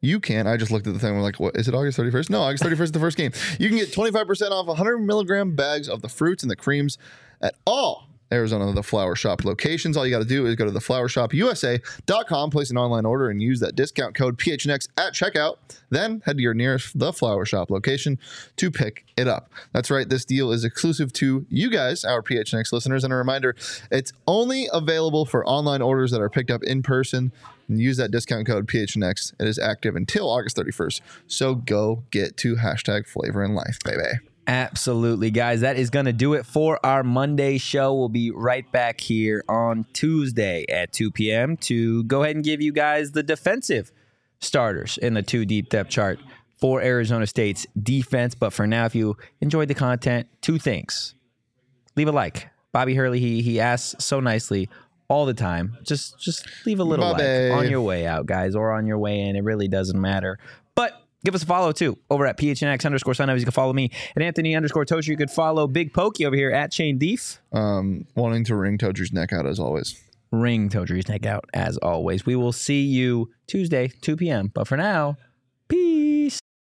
Speaker 2: you can. I just looked at the thing. I'm like, what is it? August 31st? No, August 31st is the first game. You can get 25% off 100 milligram bags of the fruits and the creams at all Arizona The Flower Shop locations. All you got to do is go to theflowershopusa.com, place an online order, and use that discount code PHNX at checkout. Then head to your nearest The Flower Shop location to pick it up. That's right. This deal is exclusive to you guys, our PHNX listeners. And a reminder, it's only available for online orders that are picked up in person. And use that discount code PHNX. It is active until August 31st. So go get to hashtag flavor in life, baby.
Speaker 1: Absolutely, guys. That is going to do it for our Monday show. We'll be right back here on Tuesday at 2 p.m. to go ahead and give you guys the defensive starters in the two deep depth chart for Arizona State's defense. But for now, if you enjoyed the content, two things. Leave a like. Bobby Hurley, he he asks so nicely all the time. Just just leave a little
Speaker 2: Bobby.
Speaker 1: like on your way out, guys, or on your way in. It really doesn't matter. But give us a follow too over at PHNX underscore sun. You can follow me at Anthony underscore Tosher. You could follow Big Pokey over here at Shane Deef
Speaker 2: Um, wanting to wring Toadry's neck out as always.
Speaker 1: ring Toadry's neck out as always. We will see you Tuesday, 2 p.m. But for now,